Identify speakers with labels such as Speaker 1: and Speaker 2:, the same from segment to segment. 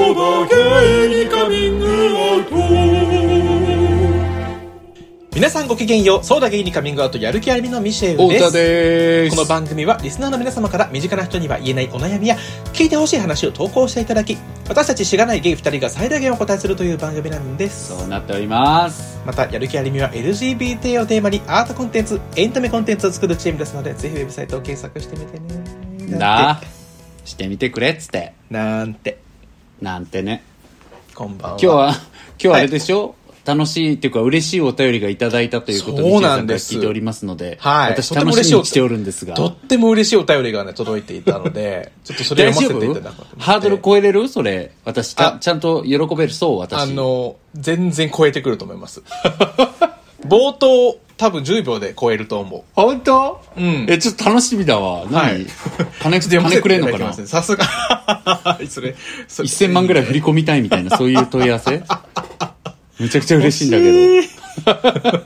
Speaker 1: 芸にカミングアウト
Speaker 2: 皆さんごきげんよう、ソーダゲイにカミングアウトやる気ありみのミシェ
Speaker 1: お
Speaker 2: ウで
Speaker 1: 歌
Speaker 2: す。
Speaker 1: でーす
Speaker 2: この番組はリスナーの皆様から身近な人には言えないお悩みや聞いてほしい話を投稿していただき、私たちしがないゲイ2人が最大限お答えするという番組なんです。
Speaker 1: そうなっております
Speaker 2: また、やる気ありみは LGBT をテーマにアートコンテンツ、エンタメコンテンツを作るチームですので、ぜひウェブサイトを検索してみてね。
Speaker 1: な
Speaker 2: て
Speaker 1: してみてくれっつって
Speaker 2: なんて、
Speaker 1: なんてね
Speaker 2: こんばんは。
Speaker 1: 今日は今日はあれでしょ、楽しいっていうか嬉しいお便りがいただいたということで
Speaker 2: そうなんです
Speaker 1: 西野さから聞いておりますので、
Speaker 2: はい
Speaker 1: 私
Speaker 2: とても
Speaker 1: 楽
Speaker 2: 嬉
Speaker 1: し
Speaker 2: しい
Speaker 1: みにしておるんですが
Speaker 2: とっても嬉しいお便りがね、届いていたので、ちょっとそれを
Speaker 1: 大丈
Speaker 2: 読ませてい
Speaker 1: 夫
Speaker 2: ただこうと思って
Speaker 1: ハードル超えれるそれ私ちゃ
Speaker 2: あ
Speaker 1: ちゃんと喜べるそう私
Speaker 2: あの、全然超えてくると思います。 冒頭、多分10秒で超えると思う。
Speaker 1: 本当
Speaker 2: うん
Speaker 1: えちょっと楽しみだわ何、
Speaker 2: はい
Speaker 1: 金
Speaker 2: ちょっと読ま
Speaker 1: 金
Speaker 2: せて
Speaker 1: くれ
Speaker 2: い
Speaker 1: ん
Speaker 2: た
Speaker 1: のか
Speaker 2: だきま
Speaker 1: な
Speaker 2: すねさすが。 それ、それ
Speaker 1: 1000万ぐらい振り込みたいみたいな、そういう問い合わ せめちゃくちゃ嬉しいんだけ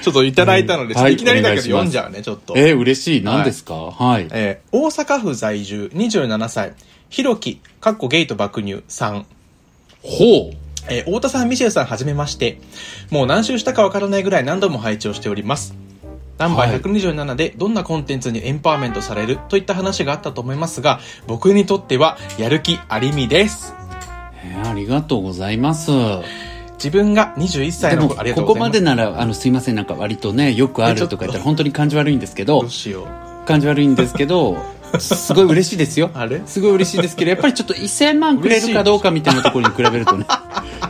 Speaker 2: ちょっといただいたので、
Speaker 1: うんはい
Speaker 2: いきなりだけど
Speaker 1: お願
Speaker 2: 読ん
Speaker 1: いします
Speaker 2: じゃうね、ちょっと。
Speaker 1: ど。えー、嬉しい。何ですかはい。
Speaker 2: えー大阪府在住27歳、ひろき、かっこゲイと爆乳さん。
Speaker 1: ほう。
Speaker 2: えー太田さん、ミシェルさん、はじめまして。もう何周したかわからないぐらい何度も拝聴しております。ナンバー127でどんなコンテンツにエンパワーメントされるといった話があったと思いますが、僕にとってはやる気ありみです。
Speaker 1: えーありがとうございます。
Speaker 2: 自分が21歳
Speaker 1: で
Speaker 2: の
Speaker 1: も、
Speaker 2: 頃、ありがと
Speaker 1: こ
Speaker 2: うご
Speaker 1: こ
Speaker 2: ざい
Speaker 1: ます
Speaker 2: ま。
Speaker 1: でなら、あの、すいません、なんか割とね、よくあ
Speaker 2: えちょっ
Speaker 1: る
Speaker 2: と
Speaker 1: とか言ったら、本当に感じ悪いんですけ
Speaker 2: ど
Speaker 1: ど
Speaker 2: う、しよう。
Speaker 1: 感じ悪いんですけど、すごい嬉しいですよ。
Speaker 2: あれ
Speaker 1: すごい嬉しいですけど、やっぱりちょっと1000万くれるかどうかみたいなところに比べると ね、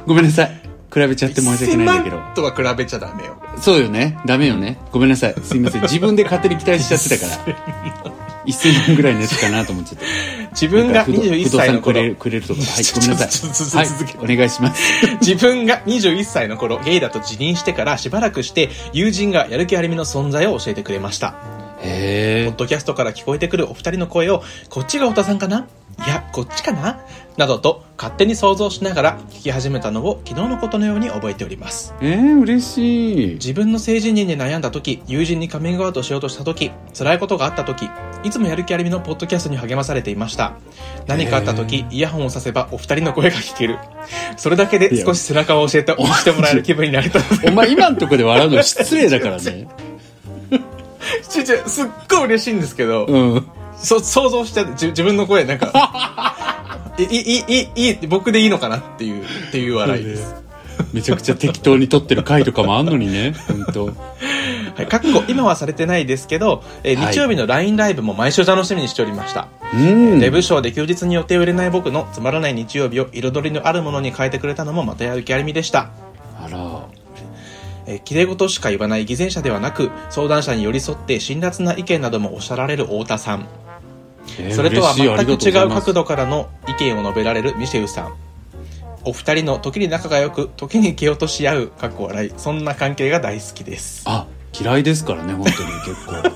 Speaker 1: ごめんなさい。比べちゃって申し訳ないんだけど
Speaker 2: 1000。万とは比べちゃダメよ。
Speaker 1: そうよね。ダメよね。ごめんなさい。すいません。自分で勝手に期待しちゃってたから。1000万ぐらいのやつかなと思っちゃって。
Speaker 2: 自分が21歳の
Speaker 1: 不動産くれ
Speaker 2: 頃
Speaker 1: る、くれるとか。はい、ごめんな
Speaker 2: ちょっとちょっ
Speaker 1: さ
Speaker 2: と
Speaker 1: い。
Speaker 2: 続け
Speaker 1: はい、お願いします。
Speaker 2: 自分が21歳の頃、ゲイだと辞任してからしばらくして、友人がやる気ありみの存在を教えてくれました。
Speaker 1: へ
Speaker 2: ポッドキャストから聞こえてくるお二人の声を、こっちが太田さんかないや、こっちかななどと勝手に想像しながら聞き始めたのを昨日のことのように覚えております。
Speaker 1: え。えー、嬉しい。
Speaker 2: 自分の性自認に悩んだ時、友人にカミングアウトしようとした時、辛いことがあった時、いつもやる気ありみのポッドキャストに励まされていました。何かあった時、イヤホンをさせばお二人の声が聞ける。それだけで少し背中を教えて、押してもらえる気分になれたので
Speaker 1: お前今のとこで笑うの失礼だからね。
Speaker 2: ちょちょすっごい嬉しいんですけど、
Speaker 1: うん。
Speaker 2: そ想像しちゃって自自分の声なんか いいいいいいいい僕でいいのかなっていうっていう笑いです、
Speaker 1: めちゃくちゃ適当に撮ってる回とかもあんのにね。本当。
Speaker 2: はい、かっこ今はされてないですけど、えー
Speaker 1: はい
Speaker 2: 日曜日の LINE ライブも毎週楽しみにしておりました、
Speaker 1: うん。
Speaker 2: デブ賞で休日に予定を入れない僕のつまらない日曜日を彩りのあるものに変えてくれたのもまたやる気ありみでした
Speaker 1: あら。
Speaker 2: えー、綺麗事しか言わない偽善者ではなく相談者に寄り添って辛辣な意見などもおっしゃられる太田さん
Speaker 1: えー
Speaker 2: それとは
Speaker 1: 嬉しいあり
Speaker 2: 全
Speaker 1: が
Speaker 2: く
Speaker 1: と
Speaker 2: 違
Speaker 1: うございうます
Speaker 2: 角度からの意見を述べられるミシェウさん。お二人の時に仲が良く、時に蹴落とし合う、かっこ笑い。そんな関係が大好きです。
Speaker 1: あ、嫌いですからね、本当に結構。はい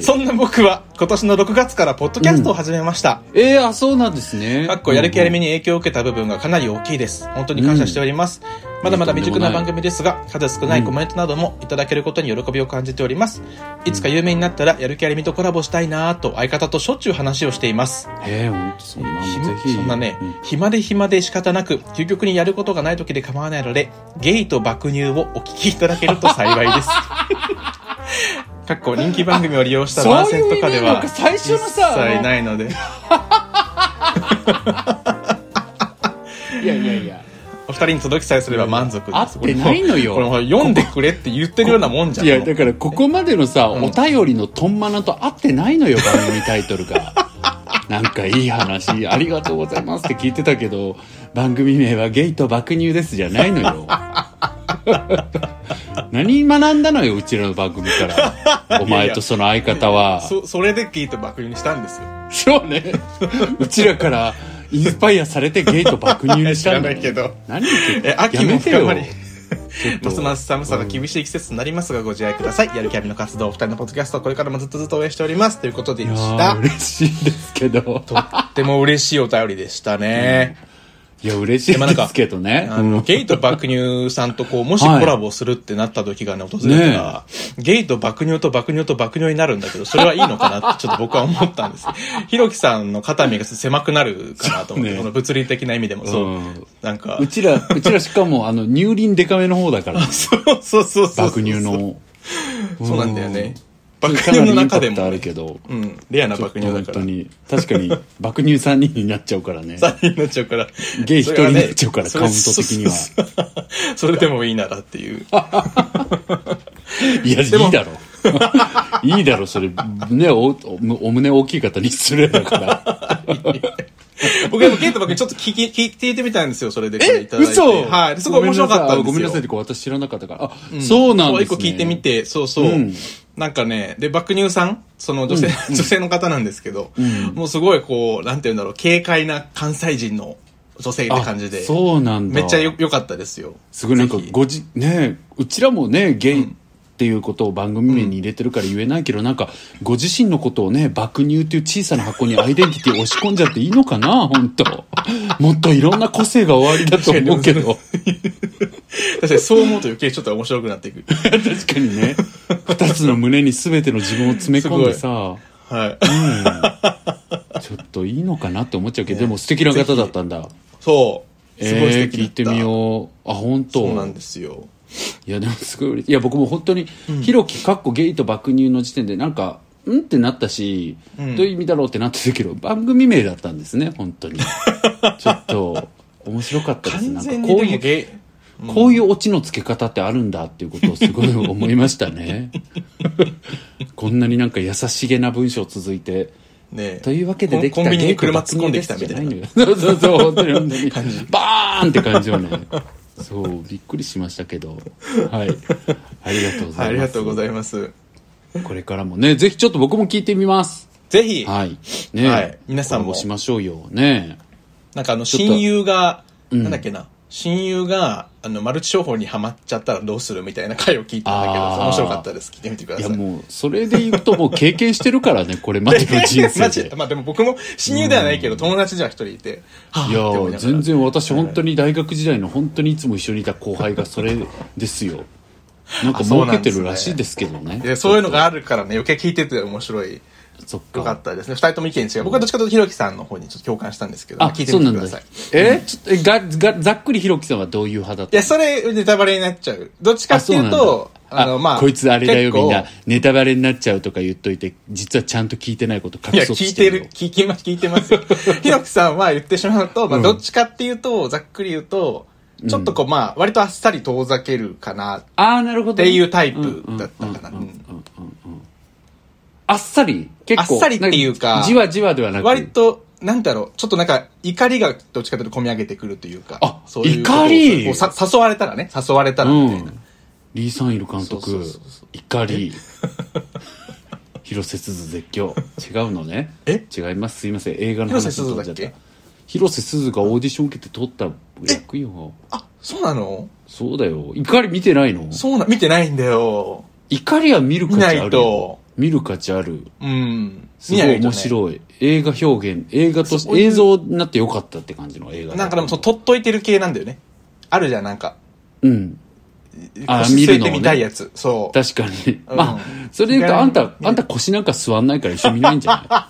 Speaker 2: そんな僕は今年の6月からポッドキャストを始めました。
Speaker 1: えー、あ、そうなんですね。
Speaker 2: かっこやる気やり目に影響を受けた部分がかなり大きいです。本当に感謝しております。まだまだ未熟な番組ですが、数少ないコメントなどもいただけることに喜びを感じております。いつか有名になったらやる気やりみとコラボしたいなぁと相方としょっちゅう話をしています。
Speaker 1: えー、本当そんな
Speaker 2: ひ
Speaker 1: もんぜひ。
Speaker 2: そんなね、
Speaker 1: う
Speaker 2: 暇で暇で仕方なく究極にやることがない時で構わないのでゲイと爆乳をお聞きいただけると幸 いですかっこ人気番組を利用した番宣とか
Speaker 1: そういう意
Speaker 2: では
Speaker 1: 味なのか最初のさ
Speaker 2: 一切ないので
Speaker 1: いやいやいや。
Speaker 2: お二人に届きさえすれば満足です
Speaker 1: 合ってないのよ
Speaker 2: これもこれも読んでくれって言ってるようなもんじゃん
Speaker 1: いや、だからここまでのさ、お便りのトンマナと合ってないのよ、番組タイトルが。 なんかいい話、ありがとうございますって聞いてたけど、番組名はゲイと爆乳ですじゃないのよ。 何学んだのよ、うちらの番組から。お前とその相方は。
Speaker 2: そそれでゲイと爆乳にしたんですよ
Speaker 1: そうね。うちらからインスパイアされてゲイと爆乳にしたんだ、ね。
Speaker 2: 知らないけど
Speaker 1: 何言って
Speaker 2: え秋
Speaker 1: や
Speaker 2: も
Speaker 1: めてよ
Speaker 2: 深まり
Speaker 1: ちょっと
Speaker 2: ますます寒さが厳しい季節になりますがご自愛くださいやる気ありの活動お二人のポッドキャストこれからもずっとずっと応援しておりますということで
Speaker 1: いや
Speaker 2: し
Speaker 1: ー
Speaker 2: た
Speaker 1: 嬉しいですけど。
Speaker 2: とっても嬉しいお便りでしたね。
Speaker 1: いや、嬉しいですけどね。
Speaker 2: あの、ゲイと爆乳さんとこう、もしコラボするってなった時がね、訪れたら、ゲイと爆乳と爆乳と爆乳になるんだけど、それはいいのかなってちょっと僕は思ったんです。ひろきさんの肩身が狭くなるかなと思って、
Speaker 1: そうね
Speaker 2: この物理的な意味でもそう。
Speaker 1: うん
Speaker 2: なんか
Speaker 1: う、ちら、うちらしかも、あの、乳輪デカめの方だから、
Speaker 2: そうそうそうそう。
Speaker 1: 爆乳。の。
Speaker 2: そうなんだよね。
Speaker 1: うん。
Speaker 2: 爆乳の中で
Speaker 1: かなりインパク
Speaker 2: も
Speaker 1: トある、けど。
Speaker 2: うん、レアな
Speaker 1: ちょっ
Speaker 2: 爆
Speaker 1: と
Speaker 2: 乳だ
Speaker 1: 本
Speaker 2: か
Speaker 1: 当
Speaker 2: ら。
Speaker 1: に、確かに、爆乳3人になっちゃうからね。
Speaker 2: 3人になっちゃうから。
Speaker 1: ゲイ一人になっちゃうから
Speaker 2: それはね
Speaker 1: カウント的には
Speaker 2: それそうそうそうそれでもいいならっていう。
Speaker 1: いや、い
Speaker 2: でも
Speaker 1: いだろ。 いいだろ、それ。ね、お、おお胸大きい方に失礼だから。
Speaker 2: 僕でもゲイと爆乳ちょっと聞き、聞いてみたんですよ、それでこれいただいて。
Speaker 1: 嘘
Speaker 2: はい。ですごい面白かったんですよ。
Speaker 1: ごめんなさいって、私知らなかったから。あ、そうなんですね。
Speaker 2: そう一個聞いてみて、そうそう。
Speaker 1: うん
Speaker 2: なんかね、で、爆乳さん、その女性、 女性の方なんですけど、もうすごいこう、なんて言うんだろう、軽快な関西人の女性って感じ
Speaker 1: あ
Speaker 2: で、
Speaker 1: そうなんだ
Speaker 2: めっちゃよ良かったですよ。
Speaker 1: すごいなんか
Speaker 2: ぜひ
Speaker 1: ごじねうちらもねゲイっていうことを番組名に入れてるから言えないけど、なんかご自身のことをね爆乳っていう小さな箱にアイデンティティを押し込んじゃっていいのかな本当もっといろんな個性が終わりだと思うけど
Speaker 2: 確かにそう思うと余計ちょっと面白くなっ ていく。
Speaker 1: 確かにね二つの胸に全ての自分を詰め込んでさ、
Speaker 2: はい。
Speaker 1: うん、ちょっといいのかなって思っちゃうけど、でも素敵な方だったんだ
Speaker 2: そう。すごい素
Speaker 1: えー、
Speaker 2: 敵
Speaker 1: 聞
Speaker 2: だ
Speaker 1: いてみ
Speaker 2: う。
Speaker 1: ようあ本当
Speaker 2: そうなんですよ。
Speaker 1: いやでもすごい嬉しいいや僕も本当に「ひろきかっこゲイと爆乳」の時点でなんか「うん?」ってなったし、
Speaker 2: うん
Speaker 1: どういう意味だろうってなってたけど番組名だったんですね本当 にちょっと面白かったです
Speaker 2: 完
Speaker 1: なんか
Speaker 2: 全に
Speaker 1: こう
Speaker 2: で
Speaker 1: い
Speaker 2: も
Speaker 1: う、
Speaker 2: ゲイ
Speaker 1: こういうオチのつけ方ってあるんだっていうことをすごい思いました ねこんなになんか優しげな文章続いて
Speaker 2: ね
Speaker 1: というわけでできた
Speaker 2: コンビニに車突っ込んできたみたいな。
Speaker 1: な。そうそうそう、本当に本当に。バーンって感じよね。そう、びっくりしましたけど。はい。ありがとうございます。
Speaker 2: はい、ありがとうございます。
Speaker 1: これからもね、ぜひちょっと僕も聞いてみます。
Speaker 2: ぜひ、
Speaker 1: はい。ね、
Speaker 2: はい皆さんも
Speaker 1: コラボしましょうよ。ね。
Speaker 2: なんかあ
Speaker 1: ょ
Speaker 2: の、
Speaker 1: っと
Speaker 2: 親友が、なんだっけな、親友が、あの、マルチ商法にはまっちゃったらどうするみたいな回を聞いたんだけど、
Speaker 1: あー
Speaker 2: 面白かったです。聞いてみてくだ
Speaker 1: い
Speaker 2: さ
Speaker 1: や
Speaker 2: い。
Speaker 1: もう、それで言うともう経験してるからね、これまでの人
Speaker 2: マ
Speaker 1: 生
Speaker 2: ジ
Speaker 1: で。
Speaker 2: まあでも僕も親友ではないけど、友達じゃ一人いて、はぁ
Speaker 1: い
Speaker 2: って思いな
Speaker 1: や、
Speaker 2: がら
Speaker 1: 全然私本当に大学時代の本当にいつも一緒にいた後輩がそれですよ。なんか
Speaker 2: あそう
Speaker 1: 儲
Speaker 2: なん
Speaker 1: け
Speaker 2: ですね
Speaker 1: てるらしいですけどね。
Speaker 2: いやそういうのがあるからね、余計聞いてて面白い。
Speaker 1: そっ
Speaker 2: よかったですね。二人とも意見違う。僕はどっちかというとひろきさんの方にちょっと共感したんですけど、
Speaker 1: あ、
Speaker 2: 聞いて
Speaker 1: そう
Speaker 2: み
Speaker 1: な
Speaker 2: て
Speaker 1: ん
Speaker 2: く
Speaker 1: だ
Speaker 2: ださい。
Speaker 1: えちょっとえががざっくりひろきさんはどういう派だっ
Speaker 2: い
Speaker 1: た
Speaker 2: や、それ、ネタバレになっちゃう。どっちかっていうと、あの、まあ、
Speaker 1: こいつあれだよ
Speaker 2: 結構
Speaker 1: みんなネタバレになっちゃうとか言っといて実はちゃんと聞いてないこと
Speaker 2: い
Speaker 1: 隠
Speaker 2: や、
Speaker 1: そうと
Speaker 2: 聞
Speaker 1: し
Speaker 2: いて
Speaker 1: てる
Speaker 2: る、聞きま、聞いてま すよ。ひろきさんは言ってしまうと、まあ、どっちかっていうと、ざっくり言うと、ちょっとこう、まあ、割とあっさり遠ざけるかな、っ
Speaker 1: ああなるほどね
Speaker 2: ていうタイプだったかな。うん
Speaker 1: あっさり結構
Speaker 2: あっさりっていうか
Speaker 1: なんじわじわではなく
Speaker 2: 割と、なんだろう、ちょっとなんか、怒りがどっちかというと込み上げてくるというか、
Speaker 1: あ
Speaker 2: そういうことを
Speaker 1: 怒り
Speaker 2: こうさ誘われたらね、誘われたら
Speaker 1: う
Speaker 2: みたいな。
Speaker 1: んリー・サンイル監督
Speaker 2: そうそうそうそう
Speaker 1: 怒り 広瀬すず絶叫違うのね
Speaker 2: え
Speaker 1: 違いますすいません映画の
Speaker 2: 広瀬
Speaker 1: 話
Speaker 2: すずだっけ
Speaker 1: 飛んじゃった広瀬すずがオーディション受けて取った役よ
Speaker 2: あ、そうなの
Speaker 1: そうだよ怒り見てないの
Speaker 2: そうな、見てないんだよ。
Speaker 1: 怒りは見る価値あるよ
Speaker 2: 見ないと
Speaker 1: 見る価値ある
Speaker 2: うん。
Speaker 1: すごい面
Speaker 2: い。
Speaker 1: 白い、映画表現映画とし
Speaker 2: そう
Speaker 1: て
Speaker 2: いう
Speaker 1: 映像になってよかったって感じの映画
Speaker 2: なんかでも、その、取っといてる系なんだよね。あるじゃん、なんか。
Speaker 1: うんあ
Speaker 2: 腰
Speaker 1: 見
Speaker 2: 据
Speaker 1: る
Speaker 2: え
Speaker 1: の
Speaker 2: て
Speaker 1: ね
Speaker 2: みたいやつ。そう。
Speaker 1: 確かに、
Speaker 2: うん
Speaker 1: まあそれで言うと
Speaker 2: 意外に
Speaker 1: あんたあんた腰なんか座んないから一緒に見ないんじゃな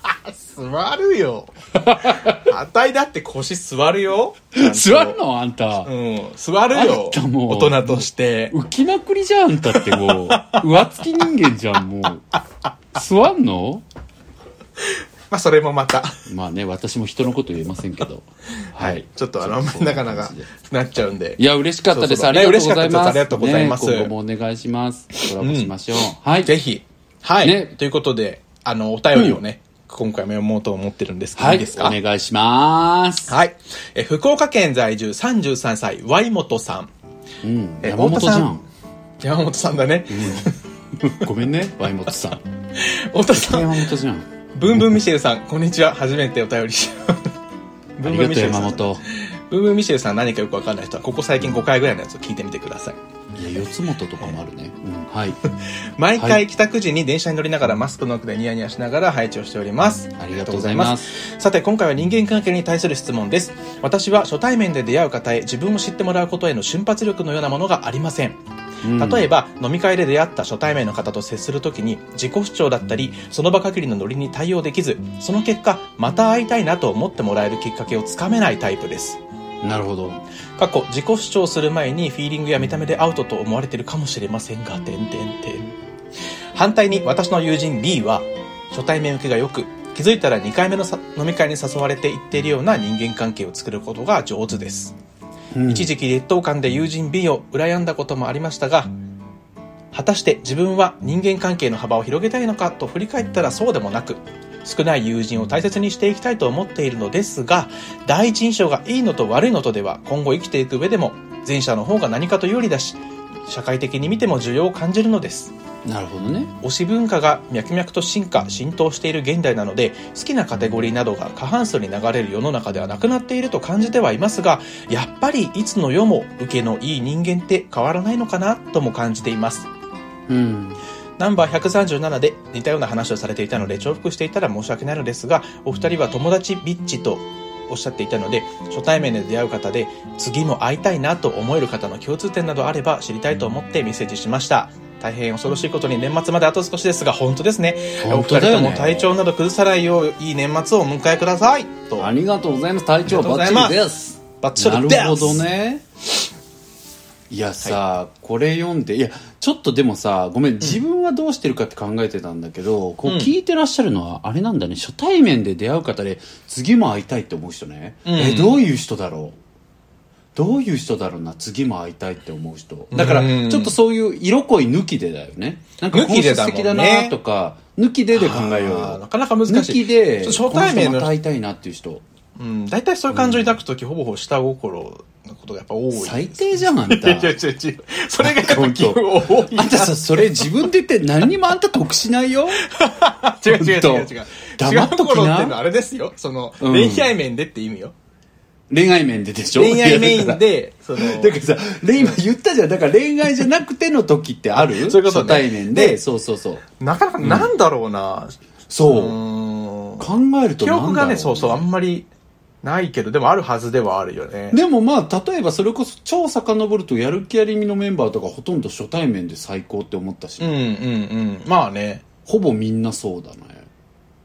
Speaker 2: 座 るよ。あたいだって腰座るよ。ちゃ
Speaker 1: い
Speaker 2: んと
Speaker 1: 座るのあんた、
Speaker 2: うん、座るよ
Speaker 1: あんた。もう
Speaker 2: 大人として。
Speaker 1: 浮きまくりじゃんあんたってもう浮つき人間じゃんもう座んの
Speaker 2: まあ、それもまた。
Speaker 1: まあね私も人のこと言えませんけどはい
Speaker 2: ちょっとあ
Speaker 1: そ
Speaker 2: の
Speaker 1: うそ、う
Speaker 2: なかなか
Speaker 1: 感じで
Speaker 2: なっちゃうんで
Speaker 1: い。や、嬉しかったです。
Speaker 2: そうそう
Speaker 1: ありがとうございます。
Speaker 2: ね嬉しかったですありがとうございます
Speaker 1: ね今後もお願いします。コラボしましょう。はい。
Speaker 2: ぜひ。はい。
Speaker 1: ね
Speaker 2: ということで、あの、お便りをね、今回も読もうと思ってるんですけど、
Speaker 1: はい
Speaker 2: い
Speaker 1: い。
Speaker 2: ですか
Speaker 1: お願いします。
Speaker 2: はい。え、福岡県在住33歳、ワイモトさん。
Speaker 1: うん。
Speaker 2: え
Speaker 1: 山本じゃん。
Speaker 2: 山本さんだね。
Speaker 1: ごめん ね、ワイモトさん。
Speaker 2: 太田さん、
Speaker 1: 山本じ ゃん。
Speaker 2: ブンブンミシェルさん、こんにちは。初めてお便りし
Speaker 1: あ
Speaker 2: ブン
Speaker 1: りがと
Speaker 2: ブンミ
Speaker 1: う、
Speaker 2: シェル
Speaker 1: 山
Speaker 2: さん。
Speaker 1: 本。
Speaker 2: ブンブンミシェルさん何かよくわかんない人は、ここ最近5回ぐらいのやつを聞いてみてください。
Speaker 1: いや、四つ本とかもあるね。うんはい。
Speaker 2: 毎
Speaker 1: は
Speaker 2: 回帰宅時に電車に乗りながらマスクの奥でニヤニヤしながら配置をしております。。
Speaker 1: ありがとうございます
Speaker 2: さて、今回は人間関係に対する質問です。私は初対面で出会う方へ自分を知ってもらうことへの瞬発力のようなものがありません。例え
Speaker 1: え
Speaker 2: ば、飲み会で出会った初対面の方と接するときに自己主張だったり、その場限りのノリに対応できず、その結果、また会いたいなと思ってもらえるきっかけをつかめないタイプです。
Speaker 1: ば。なるほど。
Speaker 2: 過去、自己主張する前にフィーリングや見た目でアウトと思われているかもしれませんが、点々点。反対に私の友人 B は、初対面受けが良く、気づいたら2回目のさ飲み会に誘われて行っているような人間関係を作ることが上手です。
Speaker 1: うん
Speaker 2: 一時期劣等感で友人 B を羨んだこともありましたが、果たして自分は人間関係の幅を広げたいのかと振り返ったらそうでもなく、少ない友人を大切にしていきたいと思っているのですが、第一印象がいいのと悪いのとでは今後生きていく上でも前者の方が何かと有利だし、社会的に見ても需要を感じるのです。
Speaker 1: なるほどね。
Speaker 2: 推し文化が脈々と進化、浸透している現代なので、好きなカテゴリーなどが過半数に流れる世の中ではなくなっていると感じてはいますが、やっぱりいつの世も受けのいい人間って変わらないのかなとも感じています。
Speaker 1: うん。
Speaker 2: ナンバー137で似たような話をされていたので重複していたら申し訳ないのですが、お二人は友達ビッチとおっしゃっていたので、初対面で出会う方で、次も会いたいなと思える方の共通点などあれば知りたいと思ってメッセージしました。大変恐ろしいことに年末まであと少しですが、本当ですね。お
Speaker 1: 本
Speaker 2: 二
Speaker 1: 当だ
Speaker 2: 人
Speaker 1: よ
Speaker 2: とも
Speaker 1: ね。
Speaker 2: 体調など崩さないよう、いい年末をお迎えください。と、
Speaker 1: ありがとうございます。体調
Speaker 2: ありがとう
Speaker 1: バッ
Speaker 2: ござい
Speaker 1: チ
Speaker 2: ます
Speaker 1: リです。
Speaker 2: バッチリです
Speaker 1: なるほどね。いやさ、これ読んで、いや、ちょっとでもさ、ごめん、自分はどうしてるかって考えてたんだけど、こう
Speaker 2: うん
Speaker 1: 聞いてらっしゃるのは、あれなんだね、初対面で出会う方で、次も会いたいって思う人ね。
Speaker 2: うん
Speaker 1: え、どういう人だろうどういう人だろうな、次も会いたいって思う人。だから、
Speaker 2: うん
Speaker 1: ちょっとそういう色恋抜きでだよね。なんか、
Speaker 2: 抜きでだもんね
Speaker 1: 素敵だなとか、抜きでで考えよう
Speaker 2: あー
Speaker 1: よ
Speaker 2: な。かなか難しい。
Speaker 1: 抜きで、
Speaker 2: 初対面
Speaker 1: この人ま
Speaker 2: の
Speaker 1: た会いたいなっていう人。
Speaker 2: うん、大体そういう感情を抱くとき、ほぼほぼ下心のことがやっぱ多い。
Speaker 1: 最低じゃん、あん
Speaker 2: いやいや
Speaker 1: た。
Speaker 2: 違う違う。それがやっぱ基本多いな。
Speaker 1: あんたさ、それ自分で言って何にもあんた得しないよ。
Speaker 2: 違う違う違う違う。
Speaker 1: ちょっと
Speaker 2: 違
Speaker 1: 黙
Speaker 2: う
Speaker 1: っときな
Speaker 2: ところっていうのはあれですよ。その、
Speaker 1: うん
Speaker 2: 恋愛面でって意味よ。
Speaker 1: 恋愛面ででしょ
Speaker 2: 恋愛メイ
Speaker 1: いや
Speaker 2: ンで、その、
Speaker 1: だからだからさ、で今言ったじゃん。だから恋愛じゃなくての時ってある
Speaker 2: そういうことね
Speaker 1: 初対面
Speaker 2: で
Speaker 1: で。そうそうそう。
Speaker 2: なかなかなんだろうな。う
Speaker 1: そう。
Speaker 2: ーん。
Speaker 1: 考えると
Speaker 2: 記
Speaker 1: なんだろ
Speaker 2: 憶がね、そうそう、あんまりないけど、でもあるはずではあるよね。
Speaker 1: でもまあ、例えばそれこそ超遡るとやる気ありみのメンバーとかほとんど初対面で最高って思ったし、
Speaker 2: うんうんうん。まあね。
Speaker 1: ほぼみんなそうだね。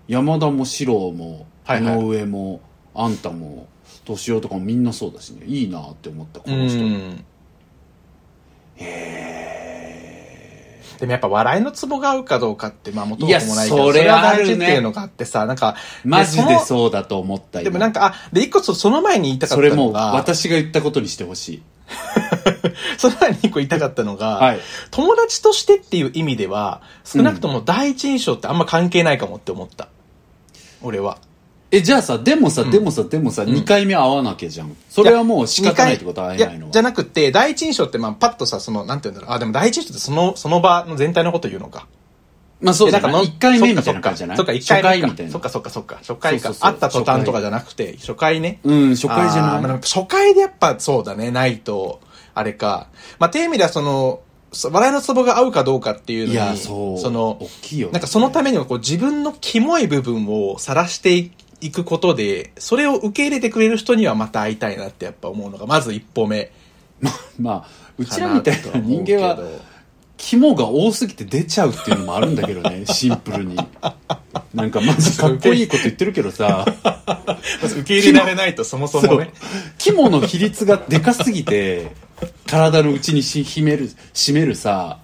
Speaker 1: 山田も四郎も、
Speaker 2: はいはい
Speaker 1: 井上も、あんたも、敏夫とかもみんなそうだしね。いいなって思った、こ
Speaker 2: う
Speaker 1: の人。
Speaker 2: ん。でもやっぱ笑いのツボが合うかどうかって、まあ元も子もないけど、
Speaker 1: いやそれはあるね
Speaker 2: それが大事っていうのがあってさ、なんか、
Speaker 1: マジ
Speaker 2: そ
Speaker 1: で
Speaker 2: の
Speaker 1: そうだと思った
Speaker 2: でもなん
Speaker 1: か
Speaker 2: か、あ、で、一個そその前に言いたかっ
Speaker 1: そ
Speaker 2: た
Speaker 1: れ
Speaker 2: の
Speaker 1: も
Speaker 2: が、
Speaker 1: 私が言ったことにしてほしい
Speaker 2: その前に一個言いたかったのが、
Speaker 1: はい
Speaker 2: 友達としてっていう意味では、少なくとも第一印象ってあんま関係ないかもって思った。俺は。
Speaker 1: えじゃあさでもさ、でもさでもさ、二2回目会わなきゃじゃんそれはもう仕方ないってことは会えないの
Speaker 2: や
Speaker 1: は
Speaker 2: じゃなくて、第一印象って、まあ、パッとさ、その、なんて言うんだろう。あ、でも第一印象ってその、その場の全体のこと言うのか。
Speaker 1: まあそうじゃ
Speaker 2: え
Speaker 1: ない
Speaker 2: なんかの
Speaker 1: 1回目みたいな感じじゃない
Speaker 2: そっか、そっか一
Speaker 1: 初
Speaker 2: 回目か
Speaker 1: 回みたいな
Speaker 2: そっか、そっか、そっか。初回か。
Speaker 1: そうそうそう
Speaker 2: 会った途端とかじゃなくて、初回ね。
Speaker 1: うん初回じ
Speaker 2: あ
Speaker 1: ゃ
Speaker 2: ーまあで
Speaker 1: ない
Speaker 2: も初回でやっぱそうだね、ないと、あれか。まあ、ていう意味ではその、そ笑いのツボが合うかどうかっていうのに、
Speaker 1: いやそう
Speaker 2: の
Speaker 1: 大、きいよね
Speaker 2: なんかそのためにはこう自分のキモい部分を晒していくことで、それを受け入れてくれる人にはまた会いたいなってやっぱ思うのが、まず一歩目。
Speaker 1: まあう ち
Speaker 2: か
Speaker 1: ら
Speaker 2: な
Speaker 1: み
Speaker 2: と
Speaker 1: た
Speaker 2: はい
Speaker 1: な人間
Speaker 2: 思うけ
Speaker 1: は
Speaker 2: ど
Speaker 1: 肝が多すぎて出ちゃうっていうのもあるんだけどねシンプルになんかマジかっこいいこと言ってるけどさ
Speaker 2: まず受け入れられないとそもそもね。
Speaker 1: 肝の比率がでかすぎて体の内にし秘める締めるさ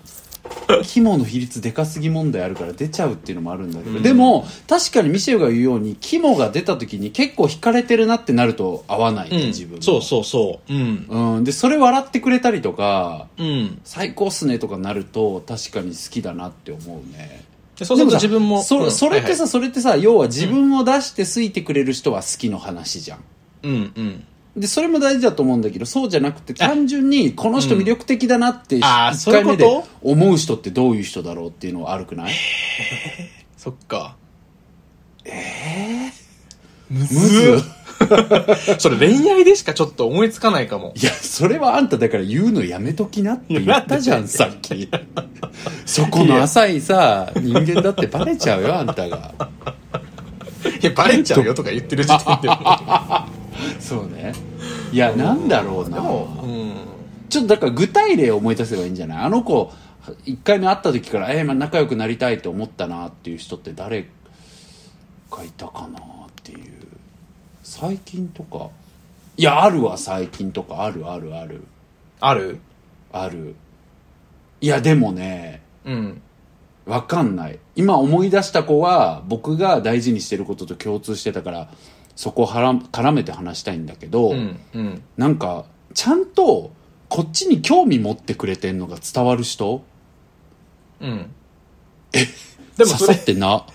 Speaker 1: 肝の比率でかすぎ問題あるから出ちゃうっていうのもあるんだけど、
Speaker 2: うん
Speaker 1: でも確かにミシェルが言うように肝が出た時に結構惹かれてるなってなると合わない、ね自分も
Speaker 2: そうそうそう。うん。
Speaker 1: うん、でそれ笑ってくれたりとか
Speaker 2: うん。
Speaker 1: 最高っすねとかなると確かに好きだなって思うね
Speaker 2: でそうすると
Speaker 1: でさ
Speaker 2: 自分も。
Speaker 1: そ
Speaker 2: うん
Speaker 1: それってさ、、
Speaker 2: は
Speaker 1: それってさ要は自分を出して好いてくれる人は好きの話じゃん
Speaker 2: いはいうんうん。
Speaker 1: でそれも大事だと思うんだけどそうじゃなくて単純にこの人魅力的だなって
Speaker 2: あ
Speaker 1: 1
Speaker 2: ーそういう
Speaker 1: 回目
Speaker 2: こと
Speaker 1: で思う人ってどういう人だろうっていうのはあるくない
Speaker 2: そっか。
Speaker 1: むず
Speaker 2: それ恋愛でしかちょっと思いつかないかも。
Speaker 1: いや、それはあんただから言うのやめときなって言ったじゃん、さっき。そこの浅いさ、人間だってバレちゃうよ、あんたが。
Speaker 2: いや、バレちゃうよとか言ってる時点でも
Speaker 1: そうね。いや、なんだろう
Speaker 2: う。
Speaker 1: な
Speaker 2: で。も、うん。
Speaker 1: ちょっとだから具体例を思い出せばいいんじゃないあの子、1回目会った時から、えー、まあ仲良くなりたいと思ったなっていう人って誰かいたかなっていう。最近とか。いや、あるわ、最近とか。あるあるある。
Speaker 2: ある
Speaker 1: ある。いや、でもね、
Speaker 2: うん。
Speaker 1: わかんない。今思い出した子は、僕が大事にしてることと共通してたから、そこをはら絡めて話したいんだけど、
Speaker 2: うん。うん。
Speaker 1: なんか、ちゃんと、こっちに興味持ってくれてんのが伝わる人
Speaker 2: うん。でもそ
Speaker 1: 刺
Speaker 2: れ
Speaker 1: さっ、てな。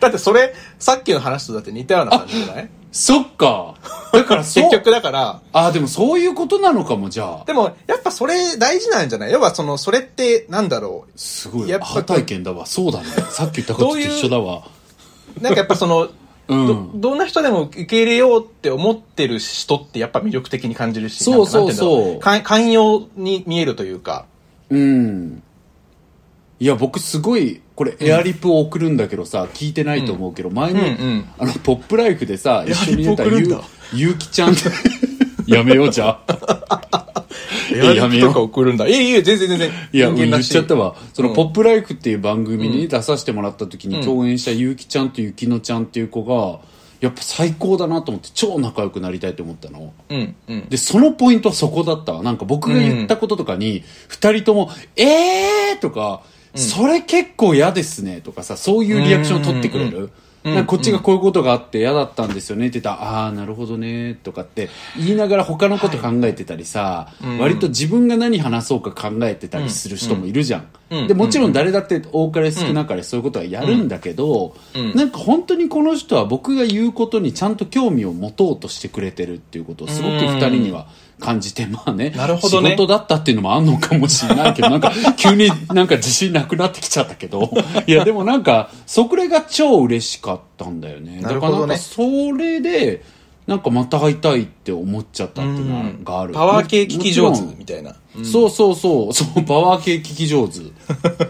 Speaker 2: だってそれ、さっきの話とだって似たような感じじゃない
Speaker 1: そっか。だからそ
Speaker 2: 結
Speaker 1: う。
Speaker 2: 局だから、
Speaker 1: ああ、でもそういうことなのかも、じゃあ。
Speaker 2: でも、やっぱそれ大事なんじゃない要はその、それって、なんだろ
Speaker 1: すごい。
Speaker 2: や
Speaker 1: ア
Speaker 2: っぱ
Speaker 1: ハ体験だわ。そうだね。さっき言ったことと一緒だわ。
Speaker 2: う。なんかやっぱその、
Speaker 1: うん
Speaker 2: ど、どんな人でも受け入れようって思ってる人ってやっぱ魅力的に感じるし、
Speaker 1: そうそうそう
Speaker 2: なんかなんていうんだろうかん寛容に見えるというか。
Speaker 1: うん。いや、僕すごい、これエアリプを送るんだけどさ、聞いてないと思うけど、前に、
Speaker 2: うんうん
Speaker 1: あの、ポップライフでさ、一緒に出た
Speaker 2: エアリ
Speaker 1: ゆ
Speaker 2: プ送る
Speaker 1: う
Speaker 2: んだ
Speaker 1: ゆうきちゃ んとやめようじゃあ。
Speaker 2: い
Speaker 1: ややめよう
Speaker 2: とか送るんだ。いやいや、全然全然。
Speaker 1: いや、
Speaker 2: 人
Speaker 1: 言
Speaker 2: 間
Speaker 1: っ
Speaker 2: らしい
Speaker 1: ちゃったわ。その、
Speaker 2: うん
Speaker 1: ポップライフっていう番組に出させてもらった時に共演したゆうきちゃんとゆきのちゃんっていう子が、やっぱ最高だなと思って超仲良くなりたいと思ったの。
Speaker 2: うん、うん。
Speaker 1: で、そのポイントはそこだったわ。なんか僕が言ったこととかに、二人とも、えーとか、それ結構嫌ですねとかさ、そういうリアクションを取ってくれる。なんかこっちがこういうことがあって嫌だったんですよねって言ったら、あーなるほどねとかって言いながら他のこと考えてたりさ、割と自分が何話そうか考えてたりする人もいるじゃん。
Speaker 2: うん
Speaker 1: で、もちろん誰だって多かれ少なかれそういうことはやるんだけど、なんか本当にこの人は僕が言うことにちゃんと興味を持とうとしてくれてるっていうことをすごく二人には感じて、まあね、
Speaker 2: なるほどね
Speaker 1: 仕事だったっていうのもあんのかもしれないけど、なんか急になんか自信なくなってきちゃったけど、いやでもなんか、そこれが超嬉しかったんだよね。
Speaker 2: なる
Speaker 1: だか
Speaker 2: ほ
Speaker 1: らな
Speaker 2: どね
Speaker 1: んかそれで、なんかまた会いたいって思っちゃったっていうのがある。
Speaker 2: パワー系聞き上手みたいな。
Speaker 1: そうそうそう、そう、パワー系聞き上手。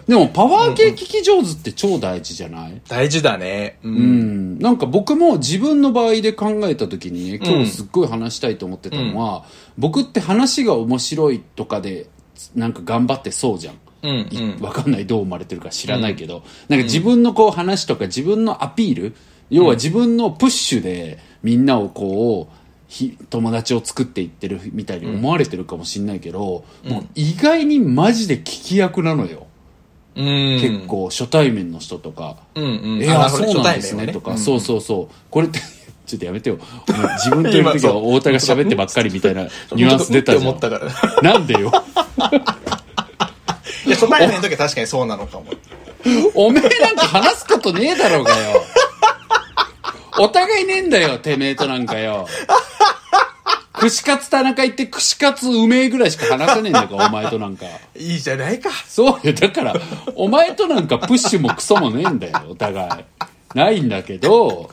Speaker 1: でも、パワー系聞き上手って超大事じゃない
Speaker 2: 大事だね。う。
Speaker 1: うんん。なんか僕も自分の場合で考えた時にね、今日すっごい話したいと思ってたのは、僕って話が面白いとかで、なんか頑張ってそうじゃん。
Speaker 2: うん、うん。
Speaker 1: わかんないどう生まれてるか知らないけど、なんか自分のこう話とか自分のアピール、要は自分のプッシュでみんなをこう、ひ友達を作っていってるみたいに思われてるかもしんないけど、もう意外にマジで聞き役なのよ。
Speaker 2: うん。
Speaker 1: 結。構初対面の人とか。
Speaker 2: うん、うん。
Speaker 1: えー、
Speaker 2: あ
Speaker 1: あそうなんですねとか、そうそうそうこれって ちょっとやめてよお前自分という時は太田が喋ってばっかりみたいなニュアンス出たじゃ
Speaker 2: 思った
Speaker 1: ん
Speaker 2: から。
Speaker 1: なんでよ
Speaker 2: いや、初対面の時は確かにそうなのかも。
Speaker 1: おめえなんか話すことねえだろうがよお互いねえんだよてめえとなんかよ串カツ田中行って串カツうめえぐらいしか話せねえんだからお前となんか
Speaker 2: いいじゃないか。
Speaker 1: そうよだからお前となんかプッシュもクソもねえんだよお互いないんだけど、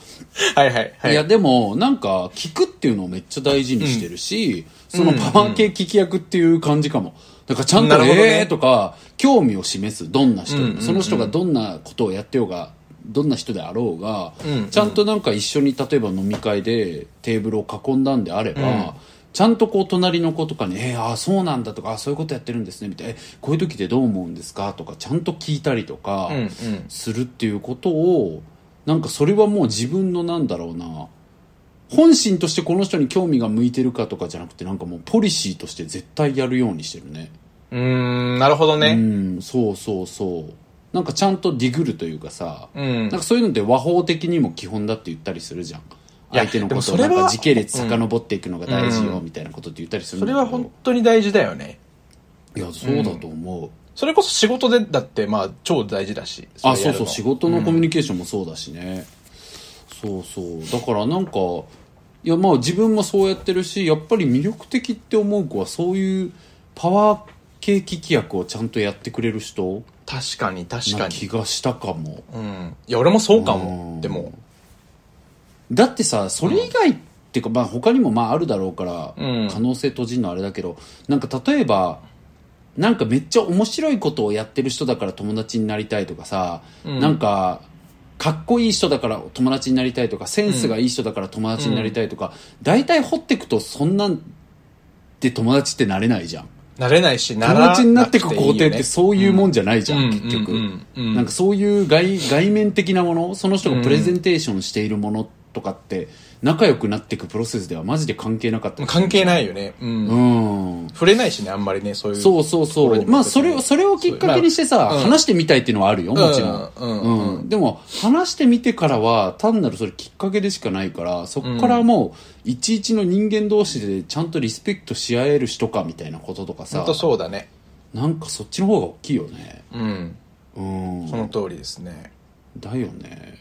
Speaker 2: はいはいはいい。
Speaker 1: やでもなんか聞くっていうのをめっちゃ大事にしてるし、そのパワー系聞き役っていう感じかもだからちゃん
Speaker 2: な
Speaker 1: と「
Speaker 2: るほどね
Speaker 1: えー」とか興味を示すどんな人でも、
Speaker 2: うんうんうん
Speaker 1: その人がどんなことをやってようがどんな人であろうが、
Speaker 2: うん
Speaker 1: ちゃんとなんか一緒に例えば飲み会でテーブルを囲んだんであれば、ちゃんとこう隣の子とかに「えー、ああそうなんだ」とかあー「そういうことやってるんですね」みたいなえ「こういう時ってどう思うんですか?」とかちゃんと聞いたりとか、
Speaker 2: うんうん
Speaker 1: するっていうことをなんかそれはもう自分のなんだろうな本心としてこの人に興味が向いてるかとかじゃなくてなんかもうポリシーとして絶対やるようにしてるね
Speaker 2: うーん、なるほど
Speaker 1: う
Speaker 2: ね。
Speaker 1: んそうそうそうなんかちゃんとディグるというかさ、
Speaker 2: うん
Speaker 1: なんかそういうのって和法的にも基本だって言ったりするじゃん
Speaker 2: いや
Speaker 1: 相手のことを
Speaker 2: で
Speaker 1: な
Speaker 2: もそ
Speaker 1: ん
Speaker 2: れは
Speaker 1: か時系列遡っていくのが大事よ
Speaker 2: う
Speaker 1: みたいなことって言ったりする
Speaker 2: そ
Speaker 1: んだ
Speaker 2: れ
Speaker 1: けど、
Speaker 2: は本当に大事だよね。
Speaker 1: いやそうだと思う、
Speaker 2: それこそ仕事でだって、まあ、超大事だし。
Speaker 1: あそうそう仕
Speaker 2: 事。
Speaker 1: 事のコミュニケーションもそうだしね、そうそうだからなんかいやまあ自分もそうやってるしやっぱり魅力的って思う子はそういうパワー系聞き役をちゃんとやってくれる人
Speaker 2: 確かに、確か
Speaker 1: な
Speaker 2: に。
Speaker 1: 気がしたかも
Speaker 2: うん。いや、俺もそうか
Speaker 1: う
Speaker 2: も
Speaker 1: ん。
Speaker 2: でも。
Speaker 1: だってさそれ以外っていうかまあ他にもまああるだろうから、
Speaker 2: うん
Speaker 1: 可能性閉じるのはあれだけどなんか例えばなんかめっちゃ面白いことをやってる人だから友達になりたいとかさ、
Speaker 2: うん
Speaker 1: なんかかっこいい人だから友達になりたいとかセンスがいい人だから友達になりたいとか、大体掘っていくとそんなんで友達ってなれないじゃん
Speaker 2: なれないし、な
Speaker 1: 友
Speaker 2: ら
Speaker 1: 達になっていく工程って
Speaker 2: そ
Speaker 1: そういうもんじゃないじゃん、結局、
Speaker 2: うんうんうん
Speaker 1: なんかそういう外外面的なものその人がプレゼンテーションしているものとかって仲良くなっていくプロセスではマジで関係なかった
Speaker 2: 関係ないよね。うん。
Speaker 1: うん
Speaker 2: 触れないしね、あんまりね、そういう。
Speaker 1: そうそうそ
Speaker 2: ところに
Speaker 1: う
Speaker 2: も
Speaker 1: まあそれをそれをきっかけにしてさ、
Speaker 2: まあうん
Speaker 1: 話してみたいっていうのはあるよもちろん、
Speaker 2: うん
Speaker 1: う
Speaker 2: うん
Speaker 1: んでも話してみてからは単なるそれきっかけでしかないからそこからもういちいちの人間同士でちゃんとリスペクトし合える人かみたいなこととか
Speaker 2: 本
Speaker 1: さ
Speaker 2: 当そうだね。
Speaker 1: なんかそっちの方が大きいよね
Speaker 2: うん。
Speaker 1: うん
Speaker 2: その通りですね。
Speaker 1: だよね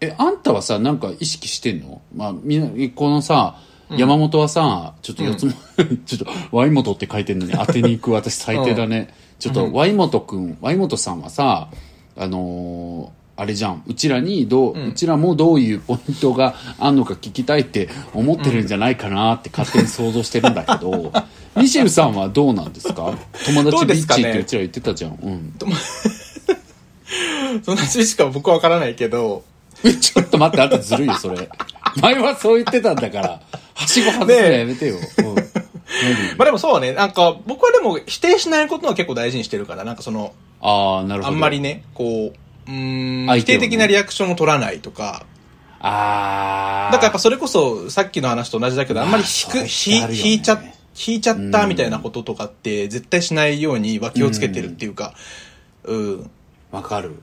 Speaker 1: えあんたはさなんか意識してんのまあみんなこのさ山本はさ、ちょっと四つも、 ちょっと、ワイモトって書いてるのに当てに行く私最低だね。ちょっと、ワイモトくん、ワイモトさんはさ、あのーあれじゃん、うちらにどう、うちらもどういうポイントが あんのか聞きたいって思ってるんじゃないかなって勝手に想像してるんだけ ど、ミシェルさんはどうなんですか友
Speaker 2: ど
Speaker 1: 達
Speaker 2: う
Speaker 1: ビッ
Speaker 2: ですか
Speaker 1: チ
Speaker 2: ね
Speaker 1: ってうちら言ってたじゃん。うん。
Speaker 2: そんな知識は僕はわからないけど、
Speaker 1: え ちょっと待って、あんたずるいよ、それ。 前はそう言ってたんだから。はしご外すのやめてよ。うん
Speaker 2: まあでもそうね、なんか僕はでも否定しないことは結構大事にしてるから、なんかその、
Speaker 1: ああ、なるほ
Speaker 2: あ
Speaker 1: ど。
Speaker 2: んまり。ね、こう、うーん、
Speaker 1: 相
Speaker 2: 否
Speaker 1: 手をね
Speaker 2: 定的なリアクションを取らないとか、
Speaker 1: ああ。
Speaker 2: だからやっぱそれこそさっきの話と同じだけど、あんまり引く、
Speaker 1: まあそ
Speaker 2: 引
Speaker 1: うあるよね
Speaker 2: 引いちゃ、引いちゃったみたいなこととかって絶対しないようには気をつけてるっていうか、うん、
Speaker 1: わかる。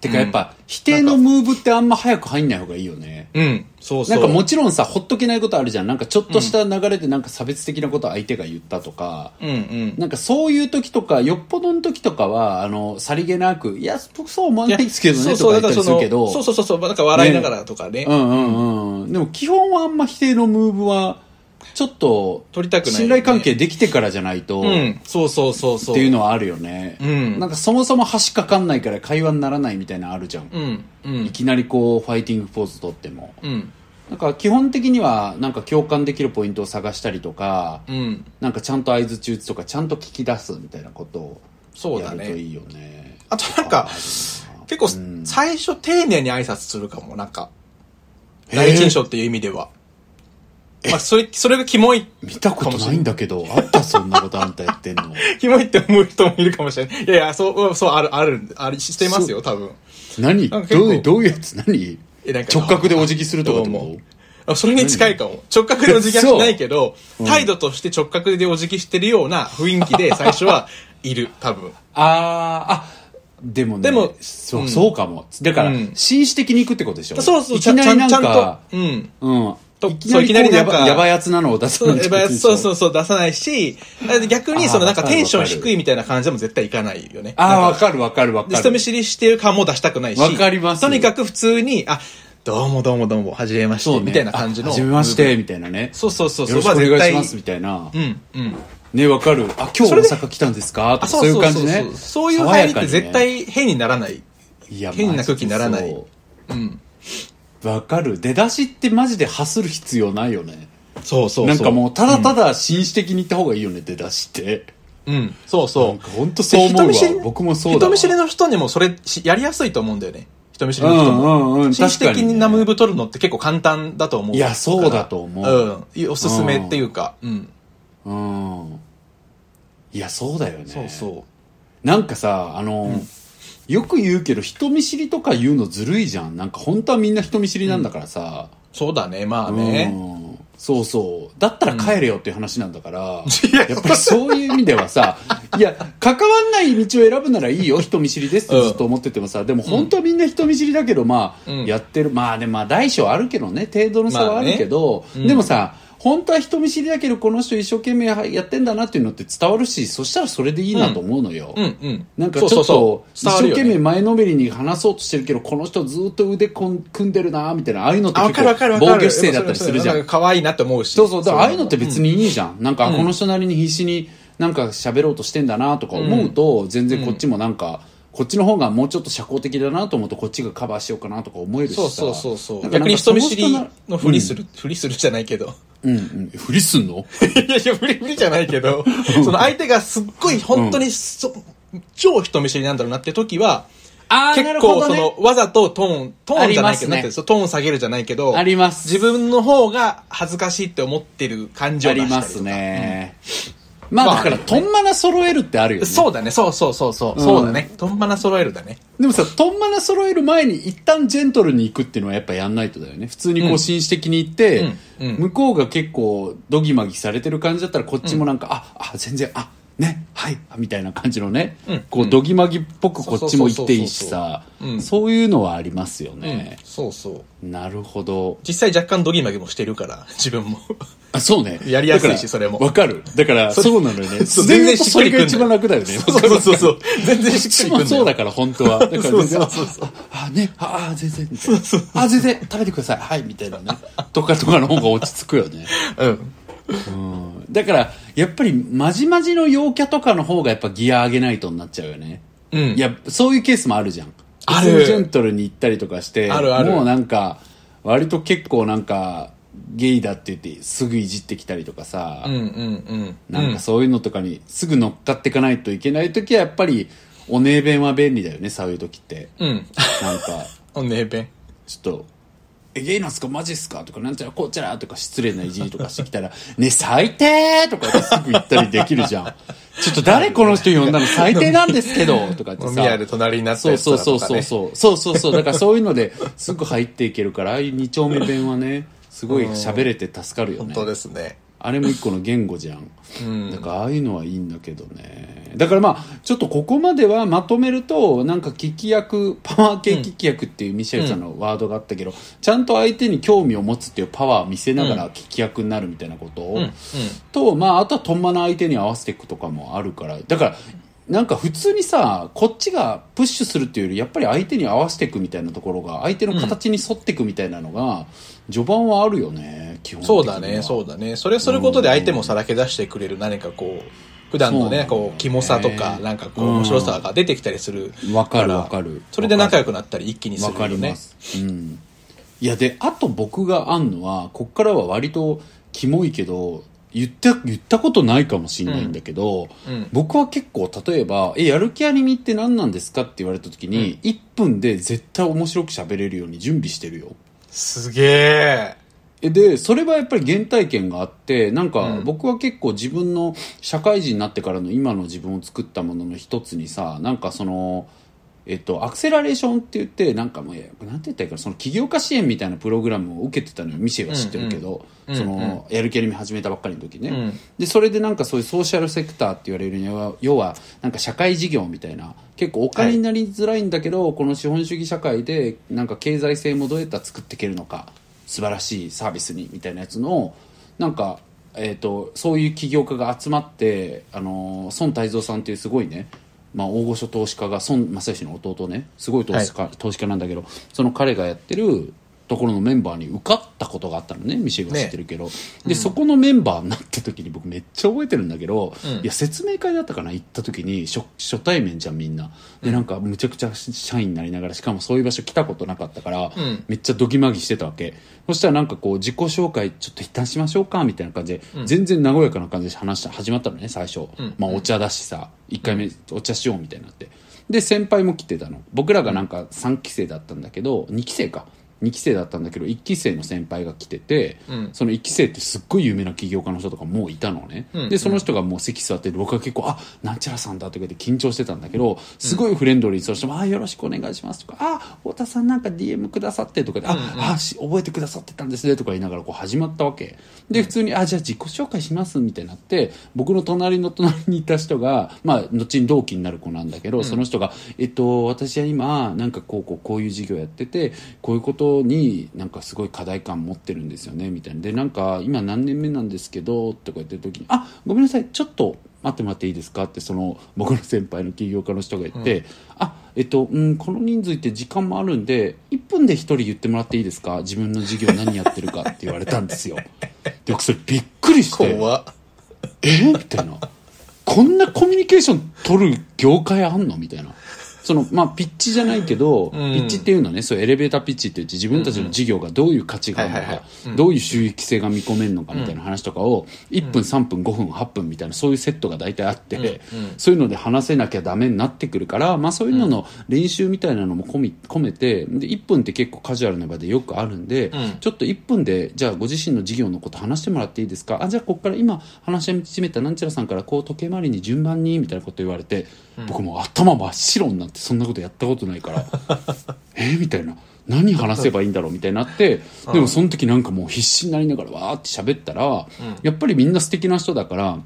Speaker 1: てかやっぱ、否定のムーブってあんま早く入んない方がいいよね。
Speaker 2: うん、そうそう。
Speaker 1: なんかもちろんさ、ほっとけないことあるじゃん。なんかちょっとした流れでなんか差別的なこと相手が言ったとか。
Speaker 2: うんうん。
Speaker 1: なんかそういう時とか、よっぽどの時とかは、あの、さりげなく、いや、僕そう思わないですけどね、とか言ったりするけど。
Speaker 2: そうそうそうそう、なんか笑いながらとかね、
Speaker 1: うんうんうん。でも基本はあんま否定のムーブは、ちょっと、
Speaker 2: 取りたくないよね
Speaker 1: 信頼関係できてからじゃないと、
Speaker 2: う
Speaker 1: っ
Speaker 2: ん、そうそうそうそう。
Speaker 1: ていうのはあるよね。
Speaker 2: うん
Speaker 1: なんかそもそも橋かかんないから会話にならないみたいなのあるじゃん。
Speaker 2: うん、う
Speaker 1: い
Speaker 2: ん、
Speaker 1: きなりこう、ファイティングポーズ取っても。
Speaker 2: うん、
Speaker 1: なんか基本的には、なんか共感できるポイントを探したりとか、
Speaker 2: うん。
Speaker 1: なんかちゃんと合図中打つとか、ちゃんと聞き出すみたいなこと
Speaker 2: そ
Speaker 1: を
Speaker 2: う
Speaker 1: や
Speaker 2: だ
Speaker 1: ると
Speaker 2: ね。
Speaker 1: いいよね。
Speaker 2: あとなんか、結構
Speaker 1: うん
Speaker 2: 最初丁寧に挨拶するかも、なんか。
Speaker 1: へー
Speaker 2: 第一印象っていう意味では。まあ、それ、それがキモい、
Speaker 1: 見たことないんだけど、あったそんなことあんたやってんの。
Speaker 2: キモいって思う人もいるかもしれない。いやいや、そううん、そう、ある、ある、ありしてますよ、多分。
Speaker 1: 何
Speaker 2: なんか結
Speaker 1: ど
Speaker 2: 構
Speaker 1: ういうどういうやつ何
Speaker 2: えなんか
Speaker 1: 直角でお辞儀するとかって
Speaker 2: どう
Speaker 1: こ
Speaker 2: もあそれに近いかも。直角でお辞儀はしないけど、
Speaker 1: ん
Speaker 2: 態度として直角でお辞儀してるような雰囲気 で最初はいる、多分。
Speaker 1: とあーあでもね
Speaker 2: でも
Speaker 1: そう,、
Speaker 2: うん
Speaker 1: そうかもだから、
Speaker 2: うん
Speaker 1: 紳士的に行くってことでしょ
Speaker 2: そうそう、
Speaker 1: いきなりなん
Speaker 2: ちゃんちゃ
Speaker 1: か
Speaker 2: んと。うん。
Speaker 1: うん
Speaker 2: と
Speaker 1: いきなり
Speaker 2: そういきなりなん
Speaker 1: こう
Speaker 2: か
Speaker 1: やばやばいやつなのを出す
Speaker 2: そう、やっぱそうそううそう出さないし、逆にその
Speaker 1: あー
Speaker 2: なんか
Speaker 1: わかる
Speaker 2: テンション
Speaker 1: わかる
Speaker 2: 低いみたいな感じでも絶対いかないよね。
Speaker 1: ああ
Speaker 2: なん
Speaker 1: 分かる分かる分
Speaker 2: で
Speaker 1: か
Speaker 2: 人
Speaker 1: る
Speaker 2: 見知りしてる感も出したくないし。
Speaker 1: わかります
Speaker 2: とにかく普通に、あ、どうもどうもどうも、はじめまして、
Speaker 1: ね
Speaker 2: みたいな感じの。
Speaker 1: あ初めまし
Speaker 2: うん。
Speaker 1: てみたいなね
Speaker 2: そうそうそう、
Speaker 1: よろ
Speaker 2: そう
Speaker 1: しくお
Speaker 2: は絶
Speaker 1: 願い
Speaker 2: 対
Speaker 1: しますみたいな
Speaker 2: うん、うん。
Speaker 1: ね分かるあ今日
Speaker 2: そ
Speaker 1: 大
Speaker 2: れで
Speaker 1: 阪来たんですかとか
Speaker 2: あ、
Speaker 1: そういう感じね
Speaker 2: そうそういう入りって
Speaker 1: 爽
Speaker 2: 絶
Speaker 1: やかにね
Speaker 2: 対変にならない。
Speaker 1: いや
Speaker 2: 変な空気にならない
Speaker 1: マジでそ
Speaker 2: うん。
Speaker 1: うわかる出だしってマジでハスる必要ないよね
Speaker 2: そうそうそう。
Speaker 1: なんかもうただただ紳士的に言った方がいいよね、出だしって。
Speaker 2: うん。うん、そう
Speaker 1: な
Speaker 2: そ
Speaker 1: ん
Speaker 2: う
Speaker 1: か。本当そう思う
Speaker 2: で人見知
Speaker 1: わ。
Speaker 2: り
Speaker 1: 僕もそうだ
Speaker 2: 人
Speaker 1: わ。
Speaker 2: 見知りの人にもそれしやりやすいと思うんだよね。人見知り
Speaker 1: う
Speaker 2: の人
Speaker 1: ん
Speaker 2: も。
Speaker 1: うんうん。
Speaker 2: 紳
Speaker 1: 確
Speaker 2: 士
Speaker 1: か
Speaker 2: 的
Speaker 1: に、
Speaker 2: なムー
Speaker 1: ね。
Speaker 2: ブ取るのって結構簡単だと思う。
Speaker 1: いやそうだと思う。
Speaker 2: うん。おすすめっていうか。うん。
Speaker 1: うん。いや、そうだよね。
Speaker 2: そうそ
Speaker 1: なんかさ、あの、よく言うけど人見知りとか言うのずるいじゃん。なんか本当はみんな人見知りなんだからさ。
Speaker 2: う。そうだね、まあ
Speaker 1: うん
Speaker 2: ね。
Speaker 1: そうそう。だったら帰れよっていう話なんだから、
Speaker 2: いや
Speaker 1: やっぱりそういう意味では さ、いや、関わんない道を選ぶならいいよ、人見知りですってずっと思っててもさ、でも本当はみんな人見知りだけど、まあ、
Speaker 2: うん
Speaker 1: やってる。まあね、まあ大小あるけどね、程度の差はあるけど、
Speaker 2: あねうん
Speaker 1: でもさ、本当は人見知りだけど、この人一生懸命やってんだなっていうのって伝わるし、そしたらそれでいいなと思うのよ。
Speaker 2: うんうん。
Speaker 1: なんかちょっ
Speaker 2: そう
Speaker 1: と
Speaker 2: そうそう
Speaker 1: 一生懸
Speaker 2: 伝わるよ
Speaker 1: 命
Speaker 2: ね
Speaker 1: 前のめりに話そうとしてるけど、この人ずっと腕こん組んでるなみたいなああいうのって
Speaker 2: あ、わ
Speaker 1: 結
Speaker 2: かるわかる
Speaker 1: 構
Speaker 2: わか
Speaker 1: 防
Speaker 2: る。
Speaker 1: 御姿勢だったりするじゃ
Speaker 2: なんか可愛いなって思うし。
Speaker 1: そうそうだからああいうのって
Speaker 2: に
Speaker 1: 別にいいじゃん、なんか、
Speaker 2: うん
Speaker 1: この人なりに必死になんか喋ろうとしてんだなとか思うと、全然こっちもなんか、こっちの方がもうちょっと社交的だなと思うとこっちがカバーしようかなとか思えるしさ
Speaker 2: そうそうそうそう
Speaker 1: なんか
Speaker 2: 逆に人見知りのふりす、
Speaker 1: なんか
Speaker 2: る、ふりするじゃ ないけ
Speaker 1: その
Speaker 2: ど
Speaker 1: 人なうんうん、ふりすんの
Speaker 2: いやいやふりふりじゃない けどその相手がすっごい本当にそ、超人見知りなんだろうなって時は
Speaker 1: あーな
Speaker 2: 結
Speaker 1: るほ
Speaker 2: 構
Speaker 1: ど
Speaker 2: そ
Speaker 1: ね
Speaker 2: の、わざとトーントーンじゃな
Speaker 1: ありま
Speaker 2: いけど、
Speaker 1: すね
Speaker 2: なんていうのそうトーン下げるじゃないけど
Speaker 1: あります
Speaker 2: 自分の方が恥ずかしいって思ってる感情
Speaker 1: あ
Speaker 2: を出
Speaker 1: り
Speaker 2: した
Speaker 1: ま
Speaker 2: りとか
Speaker 1: すね、ま
Speaker 2: ま
Speaker 1: あ
Speaker 2: あ
Speaker 1: だから
Speaker 2: ね
Speaker 1: とんまな揃えるってあるよね
Speaker 2: そうだねそうそうそうそう、
Speaker 1: うん
Speaker 2: そうだねとんばな揃えるだね
Speaker 1: でもさとんまな揃える前に一旦ジェントルに行くっていうのはやっぱやんないとだよね普通にこ
Speaker 2: う
Speaker 1: うん紳士的に行って、
Speaker 2: うんうん
Speaker 1: 向こうが結構ドギマギされてる感じだったらこっちもなんか、ああ全然あねはいあみたいな感じのね、
Speaker 2: うん
Speaker 1: こ
Speaker 2: う
Speaker 1: うんドギマギっぽくこっちも行っていいしさ
Speaker 2: そうそうそうそううん
Speaker 1: そういうのはありますよ
Speaker 2: うん
Speaker 1: ね、
Speaker 2: そうそう
Speaker 1: なるほど
Speaker 2: 実際若干ドギマギもしてるから 自分も
Speaker 1: あそうね
Speaker 2: やりやすい
Speaker 1: だか
Speaker 2: し
Speaker 1: ら
Speaker 2: それも
Speaker 1: わかるだから
Speaker 2: そ
Speaker 1: そうなのよね
Speaker 2: そう
Speaker 1: 自然と
Speaker 2: 全然しっ
Speaker 1: そ
Speaker 2: く
Speaker 1: れ
Speaker 2: り
Speaker 1: が
Speaker 2: くんない
Speaker 1: 一番楽だよね
Speaker 2: そうそうそうそう全然しっくりくん
Speaker 1: もそうだ
Speaker 2: か
Speaker 1: から本当 は。だから全然、
Speaker 2: そ
Speaker 1: あ
Speaker 2: うそうそうそう
Speaker 1: あ、あね、ああ、全然、みたいなあ、全然、食べてください、はい、みたいなね。とかとかの方が落ち着くよね。
Speaker 2: らうん
Speaker 1: うん。だから、やっぱり、まじまじの陽キャとかの方がやっぱギア上げないとになっちゃうよね。
Speaker 2: うん
Speaker 1: いや、そういうケースもあるじゃん。
Speaker 2: ある
Speaker 1: 普通にジェントルに行ったりとかして、
Speaker 2: あるある
Speaker 1: もうなんか、割と結構なんか、ゲイだって言ってすぐいじってきたりとかさ、
Speaker 2: うんうんうん
Speaker 1: なんかそういうのとかにすぐ乗っかっていかないといけない時はやっぱりお姉弁は便利だよねそういう時って
Speaker 2: うん
Speaker 1: なんか
Speaker 2: おねえべん
Speaker 1: ちょっと「えゲイなんすかマジっすか?」とか「なんちゃらこうちゃら」とか失礼ないじりとかしてきたら 「ね最低!」とかってすぐ言ったりできるじゃん「ちょっと誰この人呼んだの最低なんですけど」とかって
Speaker 2: 飲み
Speaker 1: さ
Speaker 2: 屋で隣になった
Speaker 1: そう
Speaker 2: やつ
Speaker 1: そう
Speaker 2: らとか、
Speaker 1: そ
Speaker 2: ね、
Speaker 1: うそうそうそうそうそうだからそういうのですぐ入っていけるからああいう二丁目弁はねすごい喋れて助かるよ
Speaker 2: 本
Speaker 1: ね
Speaker 2: 当ですね
Speaker 1: あれも一個の言語じゃん。
Speaker 2: うん
Speaker 1: だからああいうのはいいんだけどね。だからまあ、ちょっとここまではまとめると、なんか聞き役、パワー系聞き役っていうミシェルさんのワードがあったけど、ちゃんと相手に興味を持つっていうパワーを見せながら聞き役になるみたいなことを、
Speaker 2: うんうん
Speaker 1: と、まあ、あとはとんまな相手に合わせていくとかもあるから、だから、なんか普通にさ、こっちがプッシュするっていうより、やっぱり相手に合わせていくみたいなところが、相手の形に沿っていくみたいなのが、序盤はあるよね、基本的に
Speaker 2: そ
Speaker 1: は
Speaker 2: うだね、そうだね。それをすることで相手もさらけ出してくれる何かこう、普段のね、
Speaker 1: そうなんだよね
Speaker 2: こう、キモさとか、なんかこう、面白さが出てきたりする。
Speaker 1: わかるわかる
Speaker 2: それで仲良くなったり一気にす
Speaker 1: わ
Speaker 2: る
Speaker 1: か
Speaker 2: よ
Speaker 1: り
Speaker 2: ね
Speaker 1: ま。す、うん、いやであと僕があんのはこっからは割とキモいけど言った言ったことないかもしれないんだけど、
Speaker 2: うん
Speaker 1: 僕は結構例えば「えやる気アニメって何なんですか?」って言われた時に、1分で絶対面白く喋れるように準備してるよ
Speaker 2: すげえ。
Speaker 1: えでそれはやっぱり原体験があってなんか
Speaker 2: うん
Speaker 1: 僕は結構自分の社会人になってからの今の自分を作ったものの一つにさなんかそのえっと、アクセラレーションって言ってなんかもういやなんて言ったらいいかなその起業家支援みたいなプログラムを受けてたのよミシェは知ってるけど、
Speaker 2: うんう
Speaker 1: そ
Speaker 2: んうん
Speaker 1: のやる気アニメ始めたばっかりの時ね、
Speaker 2: うん
Speaker 1: でそれでなんかそういうソーシャルセクターって言われるには要はなんか社会事業みたいな結構お金になりづらいんだけど、この資本主義社会でなんか経済性もどうやったら作っていけるのか素晴らしいサービスにみたいなやつのなんか、えー、とそういう起業家が集まってあのー孫泰造さんっていうすごいねまあ、大御所投資家が孫正義の弟ねすごい投資家,、投資家なんだけどその彼がやってるところのメンバーに受かったことがあったのねミシェルが知ってるけど、で、そこのメンバーになった時に僕めっちゃ覚えてるんだけど、
Speaker 2: うん
Speaker 1: いや説明会だったかな行った時に初初対面じゃんみんなでなんかむちゃくちゃ社員になりながらしかもそういう場所来たことなかったから、
Speaker 2: うん
Speaker 1: めっちゃドギマギしてたわけそしたらなんかこう自己紹介ちょっと一旦しましょうかみたいな感じで、全然和やかな感じで話した始まったのね最初、
Speaker 2: ん
Speaker 1: まあお茶だしさ1回目お茶しようみたいになってで先輩も来てたの僕らがなんか3期生だったんだけど2期生か2期生だったんだけど1期生の先輩が来てて、
Speaker 2: うん
Speaker 1: その1期生ってすっごい有名な起業家の人とかもういたのね、
Speaker 2: うん
Speaker 1: でその人がもう席座ってる僕は結構「あなんちゃらさんだ」とか言って緊張してたんだけどすごいフレンドリーにその人も「あよろしくお願いします」とか「あ太田さんなんか DM くださって」とかで「あ、あし覚えてくださってたんですね」とか言いながらこう始まったわけで普通に「あじゃあ自己紹介します」みたいになって僕の隣の隣にいた人がまあ後に同期になる子なんだけど、その人が「えっと私は今なんかこうこうこういう事業やっててこういうことになんかすごい課題感持ってるんですよね」みたいなでなんか今何年目なんですけどとか言ってる時に「あごめんなさいちょっと待ってもらっていいですか?」ってその僕の先輩の起業家の人が言って「あえっと、うん、この人数って時間もあるんで1分で1人言ってもらっていいですか自分の事業何やってるか」って言われたんです よ。で僕それびっくりして
Speaker 2: 怖っ
Speaker 1: えみたいなこんなコミュニケーション取る業界あんのみたいなそのまあピッチじゃないけど、ピッチっていうのはねそうエレベーターピッチって言って自分たちの事業がどういう価値があるの
Speaker 2: はいはい
Speaker 1: か
Speaker 2: はいうん
Speaker 1: どういう収益性が見込めるのかみたいな話とかを1分3分5分8分みたいなそういうセットが大体あって、
Speaker 2: うんうん
Speaker 1: そういうので話せなきゃダメになってくるから、まあ、そういうのの練習みたいなのも込み込めてで1分って結構カジュアルな場でよくあるんで、
Speaker 2: うん
Speaker 1: ちょっと1分でじゃあご自身の事業のこと話してもらっていいですかあじゃあここから今話し始めたなんちゃらさんからこう時計回りに順番にみたいなこと言われて、僕もう頭真っ白になってそんなことやったことないからえみたいな何話せばいいんだろうみたいになってでもその時なんかもう必死になりながらわーって喋ったら、やっぱりみんな素敵な人だから。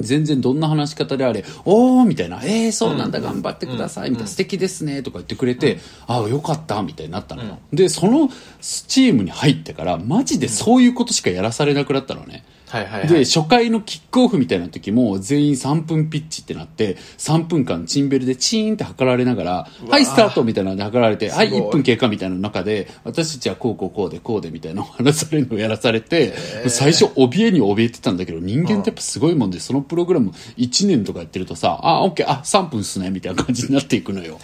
Speaker 1: 全然どんな話し方であれ、おーみたいな、えー、そうなんだ、頑張ってください、みたいな、素敵ですね、とか言ってくれて、ああ、よかった、みたいになったのよ。で、そのチームに入ってから、マジでそういうことしかやらされなくなったのね。
Speaker 2: はいはいはい。
Speaker 1: で、初回のキックオフみたいな時も、全員3分ピッチってなって、3分間チンベルでチーンって測られながら、
Speaker 2: うわー
Speaker 1: はい、スタートみたいなので測られて、はい、
Speaker 2: すごい
Speaker 1: 1分経過みたいな中で、私たちはこうこうこうでこうでみたいなお話されるのをやらされて、最初怯えに怯えてたんだけど、人間ってやっぱすごいもんで、そのプログラム1年とかやってるとさ、あ、オッケー、あ、3分っすね、みたいな感じになっていくのよ。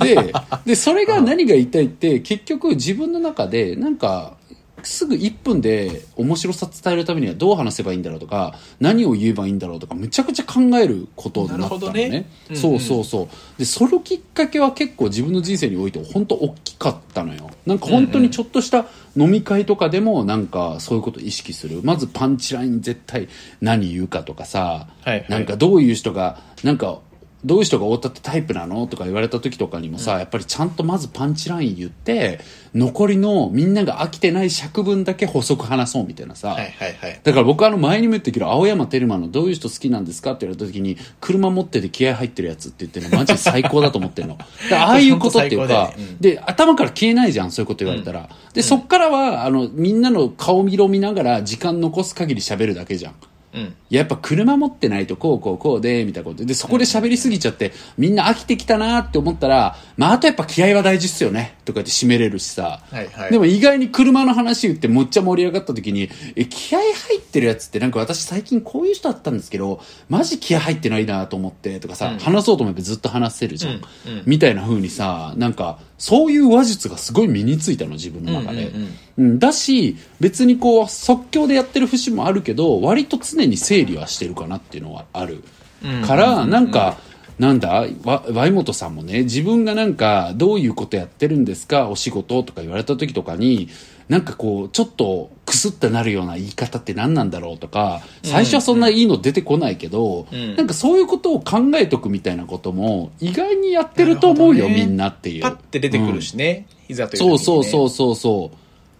Speaker 1: で、で、それが何が言いたいって、結局自分の中で、なんか、すぐ1分で面白さ伝えるためにはどう話せばいいんだろうとか何を言えばいいんだろうとかむちゃくちゃ考えることになったの
Speaker 2: なるほどね
Speaker 1: ね
Speaker 2: うんうん
Speaker 1: そうそうそうでそのきっかけは結構自分の人生において本当大きかったのよなんか本当にちょっとした飲み会とかでもなんかそういうこと意識するまずパンチライン絶対何言うかとかさ、
Speaker 2: はいはい
Speaker 1: なんかどういう人がなんかどういう人が太田ってタイプなのとか言われた時とかにもさ、やっぱりちゃんとまずパンチライン言って残りのみんなが飽きてない尺分だけ補足話そうみたいなさ、
Speaker 2: はいはいはい。
Speaker 1: だから僕あの前にも言ったけど青山テルマのどういう人好きなんですかって言われた時に車持ってて気合入ってるやつって言ってるのマジで最高だと思ってる のだからああいうことっていう
Speaker 2: 本当
Speaker 1: か、
Speaker 2: 最高だよねうん
Speaker 1: で頭から消えないじゃんそういうこと言われたら、でそっからはあのみんなの顔色見ながら時間残す限り喋るだけじゃん
Speaker 2: うん。
Speaker 1: やっぱ車持ってないとこうこうこうでみたいなことででそこで喋りすぎちゃってみんな飽きてきたなって思ったら、まあ、あとやっぱ気合は大事っすよねとかって締めれるしさ、
Speaker 2: はいはい
Speaker 1: でも意外に車の話言ってむっちゃ盛り上がった時にえ気合入ってるやつってなんか私最近こういう人だったんですけどマジ気合入ってないなと思ってとかさ、話そうと思えばずっと話せるじゃん、
Speaker 2: うんうん
Speaker 1: みたいな風にさなんかそういう話術がすごい身についたの自分の中で。
Speaker 2: うんうんうん
Speaker 1: うん、だし別にこう即興でやってる節もあるけど割と常に整理はしてるかなっていうのはある、
Speaker 2: うん
Speaker 1: からなんか、なんだわワイモトさんもね自分がなんかどういうことやってるんですかお仕事とか言われた時とかになんかこうちょっとくすってなるような言い方って何なんだろうとか最初はそんないいの出てこないけど、
Speaker 2: ん
Speaker 1: なんかそういうことを考えとくみたいなことも意外にやってると思うよ、
Speaker 2: なるほどね
Speaker 1: みんなっていう。
Speaker 2: パッて出てくるしね。いざという時に
Speaker 1: そ
Speaker 2: ね。
Speaker 1: うそうそうそうそう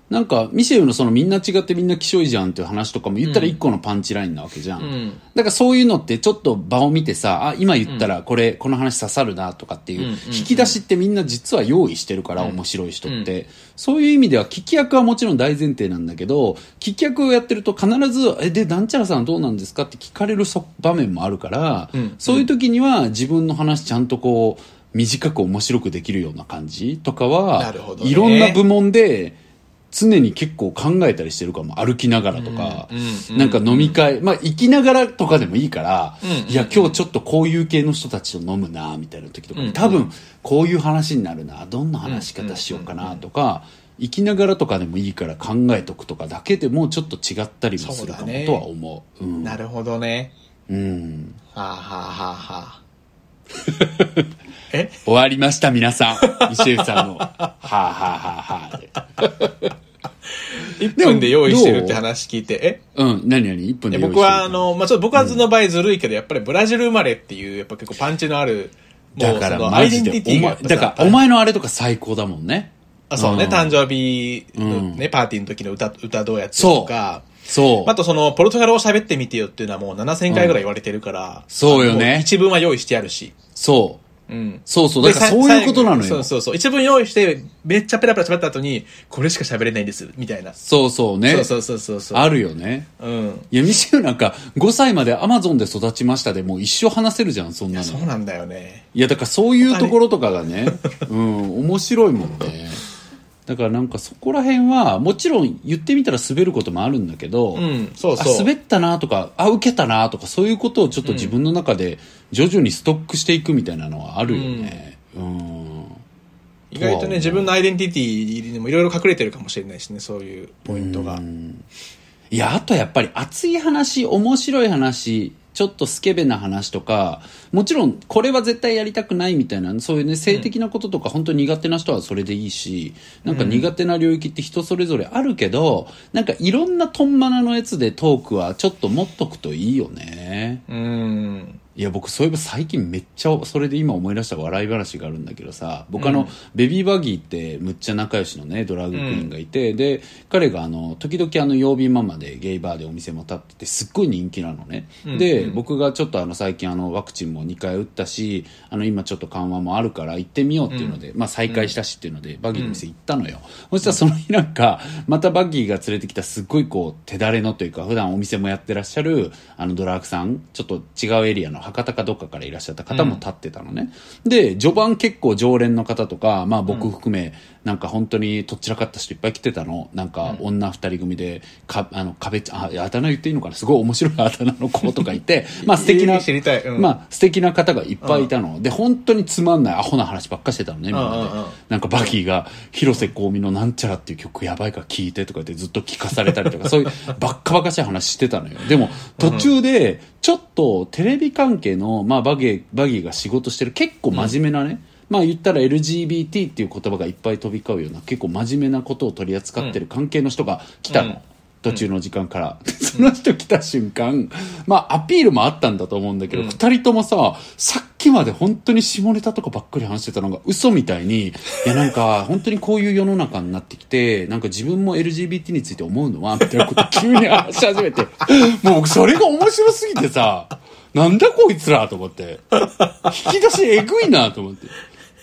Speaker 1: なんかミシェルのそのみんな違ってみんな気性いいじゃんっていう話とかも言ったら一個のパンチラインなわけじゃん、
Speaker 2: ん
Speaker 1: だからそういうのってちょっと場を見てさあ今言ったらこれ、この話刺さるなとかってい
Speaker 2: んうん
Speaker 1: う
Speaker 2: うん
Speaker 1: 引き出しってみんな実は用意してるから、面白い人って、そういう意味では聞き役はもちろん大前提なんだけど聞き役をやってると必ず「えでなんちゃらさんどうなんですか?」って聞かれるそ場面もあるから、
Speaker 2: うん
Speaker 1: そういう時には自分の話ちゃんとこう短く面白くできるような感じとかは
Speaker 2: なるほどね
Speaker 1: いろんな部門で常に結構考えたりしてるかも歩きながらとか、
Speaker 2: うんうんうん
Speaker 1: なんか飲み会、まあ行きながらとかでもいいから、
Speaker 2: うんうんうん
Speaker 1: いや今日ちょっとこういう系の人たちと飲むなみたいな時とか、
Speaker 2: うんうん
Speaker 1: 多分こういう話になるなどんな話し方しようかなとか、行きながらとかでもいいから考えとくとかだけでもちょっと違ったりもするか
Speaker 2: そうだね
Speaker 1: もとは思う。うん
Speaker 2: なるほどね。
Speaker 1: うん、
Speaker 2: はあ、はあはあはあ、え
Speaker 1: 終わりました皆さん。ミシェルさんの、 はあはあはあはあで。
Speaker 2: ?1
Speaker 1: でも
Speaker 2: 分で用意してるって話聞いて、
Speaker 1: うん、何何 ?1 分
Speaker 2: え
Speaker 1: で
Speaker 2: え
Speaker 1: 用意してる
Speaker 2: 僕は、あの、まあ、ちょっと僕はずの場合ずるいけど、やっぱりブラジル生まれっていう、やっぱ結構パンチのある、も
Speaker 1: だ
Speaker 2: う
Speaker 1: か
Speaker 2: そ
Speaker 1: ら
Speaker 2: のア
Speaker 1: マ
Speaker 2: イデ
Speaker 1: ジ
Speaker 2: ンティ
Speaker 1: で
Speaker 2: ティ
Speaker 1: お
Speaker 2: が
Speaker 1: 前
Speaker 2: やっぱさ。
Speaker 1: だからお前のあれとか最高だもんね
Speaker 2: あそうね、
Speaker 1: うん
Speaker 2: 誕生日のね、パーティーの時の歌、歌どうやってとか、
Speaker 1: そう
Speaker 2: あとその、ポルトガルを喋ってみてよっていうのはもう7000回ぐらい言われてるから、
Speaker 1: そうよね
Speaker 2: も一文は用意してあるし。
Speaker 1: そう
Speaker 2: うん。
Speaker 1: そうそうだから
Speaker 2: でさ
Speaker 1: そういうことなの
Speaker 2: 最後
Speaker 1: よ
Speaker 2: そうそうそう。一文用意して、めっちゃペラペラ喋った後に、これしか喋れないんです、みたいな。そ
Speaker 1: そうそうね
Speaker 2: うそうそうそうそう。
Speaker 1: あるよね
Speaker 2: うん。
Speaker 1: いやミシェルなんか5歳までアマゾンで育ちましたでもう一生話せるじゃんそんなの
Speaker 2: そうなんだよね。
Speaker 1: いやだからそういうところとかがね、うん、面白いもんね。だからなんかそこら辺はもちろん言ってみたら滑ることもあるんだけど、
Speaker 2: うんそうそう
Speaker 1: あ滑ったなとかあ受けたなとかそういうことをちょっと自分の中で徐々にストックしていくみたいなのはあるよね。ううん
Speaker 2: 意外とね、自分のアイデンティティにもいろいろ隠れてるかもしれないしね、そういうポイントが
Speaker 1: う。んいやあとやっぱり熱い話面白い話ちょっとスケベな話とかもちろんこれは絶対やりたくないみたいなそういうね性的なこととか本当に苦手な人はそれでいいし、なんか苦手な領域って人それぞれあるけどなんかいろんなトンマナのやつでトークはちょっと持っとくといいよね
Speaker 2: うん。
Speaker 1: いや僕そういえば最近めっちゃそれで今思い出した笑い話があるんだけどさ僕あの、
Speaker 2: うん
Speaker 1: ベビーバギーってむっちゃ仲良しのねドラァグクイーンがいて、で彼があの時々あの曜日ママでゲイバーでお店も立っててすっごい人気なのね、
Speaker 2: うん
Speaker 1: で
Speaker 2: うん
Speaker 1: 僕がちょっとあの最近あのワクチンも2回打ったしあの今ちょっと緩和もあるから行ってみようっていうので、まあ、再開したしっていうのでバギーの店行ったのよ、そしたらその日なんかまたバギーが連れてきたすっごいこう手だれのというか普段お店もやってらっしゃるあのドラァグさんちょっと違うエリアの博多かどっかからいらっしゃった方も立ってたのね、で序盤結構常連の方とか、まあ、僕含め、なんか本当にとっちらかった人いっぱい来てたのなんか女二人組でかあの壁ちゃんああだ名言っていいのかなすごい面白いあだ名の子とかい てまあ素敵
Speaker 2: い
Speaker 1: ない
Speaker 2: 知りたい。うん。
Speaker 1: まあ素敵な方がいっぱいいたの、で本当につまんないアホな話ばっかしてたのねみんなで、
Speaker 2: うんうんうん
Speaker 1: なんかバギーが広瀬香美の「なんちゃら」っていう曲やばいから聴いてとか言ってずっと聞かされたり とかそういうばっかばかしい話してたのよでも途中でちょっとテレビ関係の、まあ、バギーバギーが仕事してる結構真面目なね、まあ言ったら LGBT っていう言葉がいっぱい飛び交うような結構真面目なことを取り扱ってる関係の人が来たの、
Speaker 2: うん
Speaker 1: 途中の時間から、 その人来た瞬間、まあアピールもあったんだと思うんだけど、
Speaker 2: うん
Speaker 1: 二、人ともさ、さっきまで本当に下ネタとかばっかり話してたのが嘘みたいに、いやなんか本当にこういう世の中になってきて、なんか自分も LGBT について思うのは、みたいなこと急に話し始めて、もう僕それが面白すぎてさ、なんだこいつらと思って。引き出しえぐいなと思って。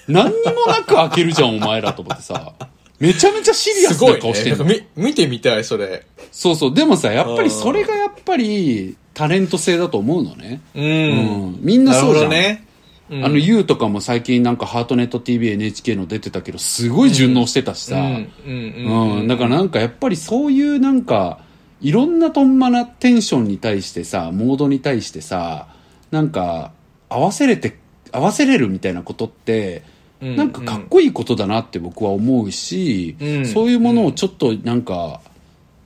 Speaker 1: 何にもなく開けるじゃんお前らと思ってさ。めちゃめちゃシリア
Speaker 2: す
Speaker 1: ス
Speaker 2: ご、
Speaker 1: ない顔して
Speaker 2: ね。なんん
Speaker 1: の
Speaker 2: かみ見てみたい、それ。
Speaker 1: そうそう。でもさ、やっぱ
Speaker 2: うん
Speaker 1: りそれがやっぱりタレント性だと思うのね。
Speaker 2: う。
Speaker 1: うんん。みんな
Speaker 2: なる
Speaker 1: そ
Speaker 2: ほ
Speaker 1: うじ
Speaker 2: ど
Speaker 1: ゃん。
Speaker 2: ね。うん
Speaker 1: あの、ユウとかも最近なんかハートネット TV、NHK の出てたけど、すごい順応してたしさ。
Speaker 2: うん。
Speaker 1: う。
Speaker 2: うんうん
Speaker 1: ん。だからなんかやっぱりそういうなんか、いろんなとんまなテンションに対してさ、モードに対してさ、なんか、合わせれて、合わせれるみたいなことって、
Speaker 2: うん
Speaker 1: なんかかっこいいことだなって僕は思うし、
Speaker 2: うん
Speaker 1: そういうものをちょっとなんか、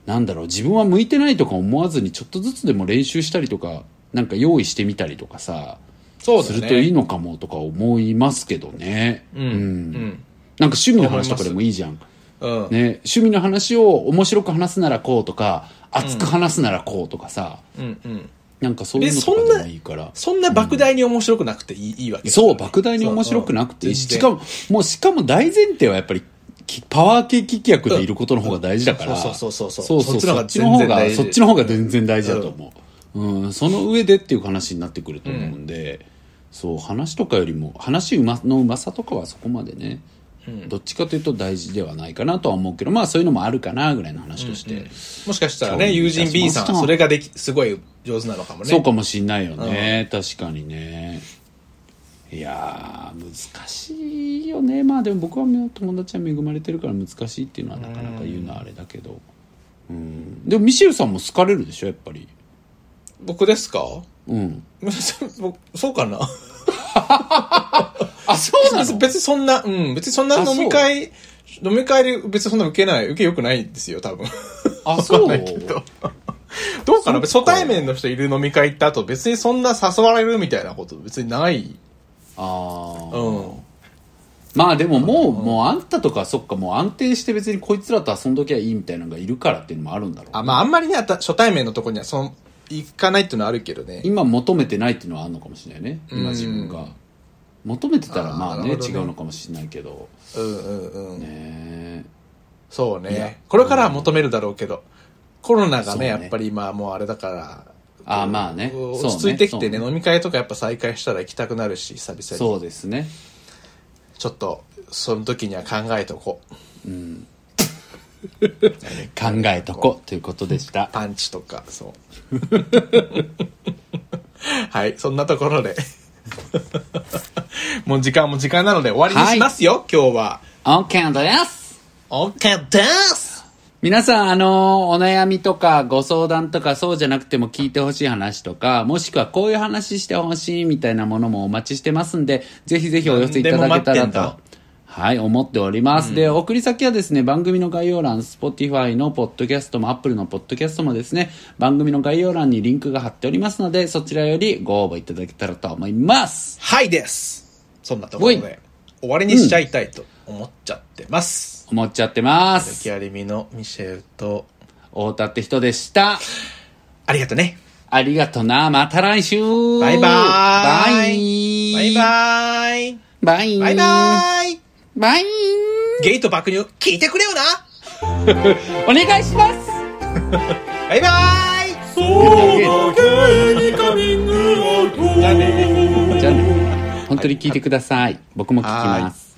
Speaker 1: なんだろう、自分は向いてないとか思わずにちょっとずつでも練習したりとか、なんか用意してみたりとかさ、
Speaker 2: そう
Speaker 1: す
Speaker 2: だ
Speaker 1: る
Speaker 2: ね。
Speaker 1: といいのかもとか思いますけどね。
Speaker 2: うん。うん。
Speaker 1: なんか趣味の話とかでもいいじゃん。
Speaker 2: うん。
Speaker 1: ね、趣味の話を面白く話すならこうとか、熱く話すならこうとかさ、
Speaker 2: うん。うん。
Speaker 1: なんかそういうのとか
Speaker 2: えそんな
Speaker 1: でもいいから。
Speaker 2: そんな莫大に面白くなくていい,、いいわけだか
Speaker 1: そ
Speaker 2: らね
Speaker 1: う、莫大に面白くなくていいし、
Speaker 2: そ
Speaker 1: し
Speaker 2: う
Speaker 1: かも、もうしかも大前提はやっぱり、きパワー系棄却でいることの方が大事だから。
Speaker 2: そうそうそうそう
Speaker 1: そうそう。
Speaker 2: そ
Speaker 1: そ
Speaker 2: っ
Speaker 1: っ
Speaker 2: ち
Speaker 1: ち
Speaker 2: の
Speaker 1: の
Speaker 2: 方
Speaker 1: 方
Speaker 2: が
Speaker 1: が、
Speaker 2: 全然大事
Speaker 1: そっちの方が全然大事だと思う。うん、その上でっていう話になってくると思うんで、そう、話とかよりも、話うまのうまさとかはそこまでね、
Speaker 2: うん
Speaker 1: どっちかというと大事ではないかなとは思うけど、まあそういうのもあるかな、ぐらいの話として。
Speaker 2: うんうんもしかしたら
Speaker 1: 興
Speaker 2: ね
Speaker 1: 味
Speaker 2: 友人 B
Speaker 1: 出しま
Speaker 2: さん
Speaker 1: した
Speaker 2: それができすごい上手なのかもね
Speaker 1: そうかもしんないよね、確かにねいやー難しいよねまあでも僕は友達は恵まれてるから難しいっていうのはなかなか言うのはあれだけどうんでもミシェルさんも好かれるでしょやっぱり
Speaker 2: 僕ですか
Speaker 1: うん
Speaker 2: 僕そうかな
Speaker 1: あそうな
Speaker 2: 別
Speaker 1: の
Speaker 2: に 別にそんなうん別にそんな
Speaker 1: あそう
Speaker 2: 飲み会飲み会で別にそんな受けない受け良くないんですよ多分
Speaker 1: あそう
Speaker 2: わかんないけ どどうかな
Speaker 1: そ
Speaker 2: 初
Speaker 1: っか
Speaker 2: 対面の人いる飲み会行った後別にそんな誘われるみたいなこと別にない
Speaker 1: あ
Speaker 2: う
Speaker 1: あ、
Speaker 2: ん
Speaker 1: まあでももうもうあんたとかそっかもう安定して別にこいつらと遊んどきゃいいみたいなのがいるからっていうのもあるんだろうね
Speaker 2: あまああんまりねあた初対面のとこにはその行かないっていうのはあるけどね
Speaker 1: 今求めてないっていうのはあるのかもしれないね
Speaker 2: うん
Speaker 1: 今自分が求めてたらまあね
Speaker 2: あーなるほど
Speaker 1: 違
Speaker 2: ね
Speaker 1: うのかもしれないけど
Speaker 2: うんうんうん
Speaker 1: ね
Speaker 2: そう
Speaker 1: いや
Speaker 2: ね。これからは求めるだろうけど、コロナが
Speaker 1: そ
Speaker 2: ね、
Speaker 1: う
Speaker 2: や
Speaker 1: ね
Speaker 2: っぱり今もうあれだから、
Speaker 1: あーまあね
Speaker 2: 落
Speaker 1: そうね
Speaker 2: ち着いてきてね
Speaker 1: そうね
Speaker 2: 飲み会とかやっぱ再開したら行きたくなるし、久々に。
Speaker 1: そうですね
Speaker 2: ちょっと、その時には考えとこ う。
Speaker 1: 考えとこということでした
Speaker 2: パンチとか、そう。 はい、そんなところで。 もう時間も時間なので終わりにしますよ、今日は。
Speaker 1: OK です
Speaker 2: OK です
Speaker 1: 皆さん、あのお悩みとかご相談とかそうじゃなくても聞いてほしい話とか、もしくはこういう話してほしいみたいなものもお待ちしてますんで、ぜひぜひお寄せいただけた
Speaker 2: 何でも待って
Speaker 1: ら
Speaker 2: んだ
Speaker 1: と。はい、思っております。で、送り先はですね、番組の概要欄、Spotify のポッドキャストも Apple のポッドキャストもですね、番組の概要欄にリンクが貼っておりますので、そちらよりご応募いただけたらと思います。
Speaker 2: はいですそんなところ
Speaker 1: おい
Speaker 2: で終わりにしちゃいたいと思っちゃってます、
Speaker 1: 思っちゃってま
Speaker 2: やる気
Speaker 1: す。
Speaker 2: ありみのミシェルと
Speaker 1: 太田って人でした。
Speaker 2: ありがとね
Speaker 1: ありがとな。また来週。
Speaker 2: バイバーイ
Speaker 1: バイ。
Speaker 2: バイバーイ
Speaker 1: バイ。
Speaker 2: バイバーイ
Speaker 1: イ。バイ。
Speaker 2: ゲート爆乳聞いてくれよな
Speaker 1: お願いします。
Speaker 2: バイバーイ
Speaker 1: そう
Speaker 2: にカミングアウト
Speaker 1: じゃあね。本当に聞いてください。僕も聞きます。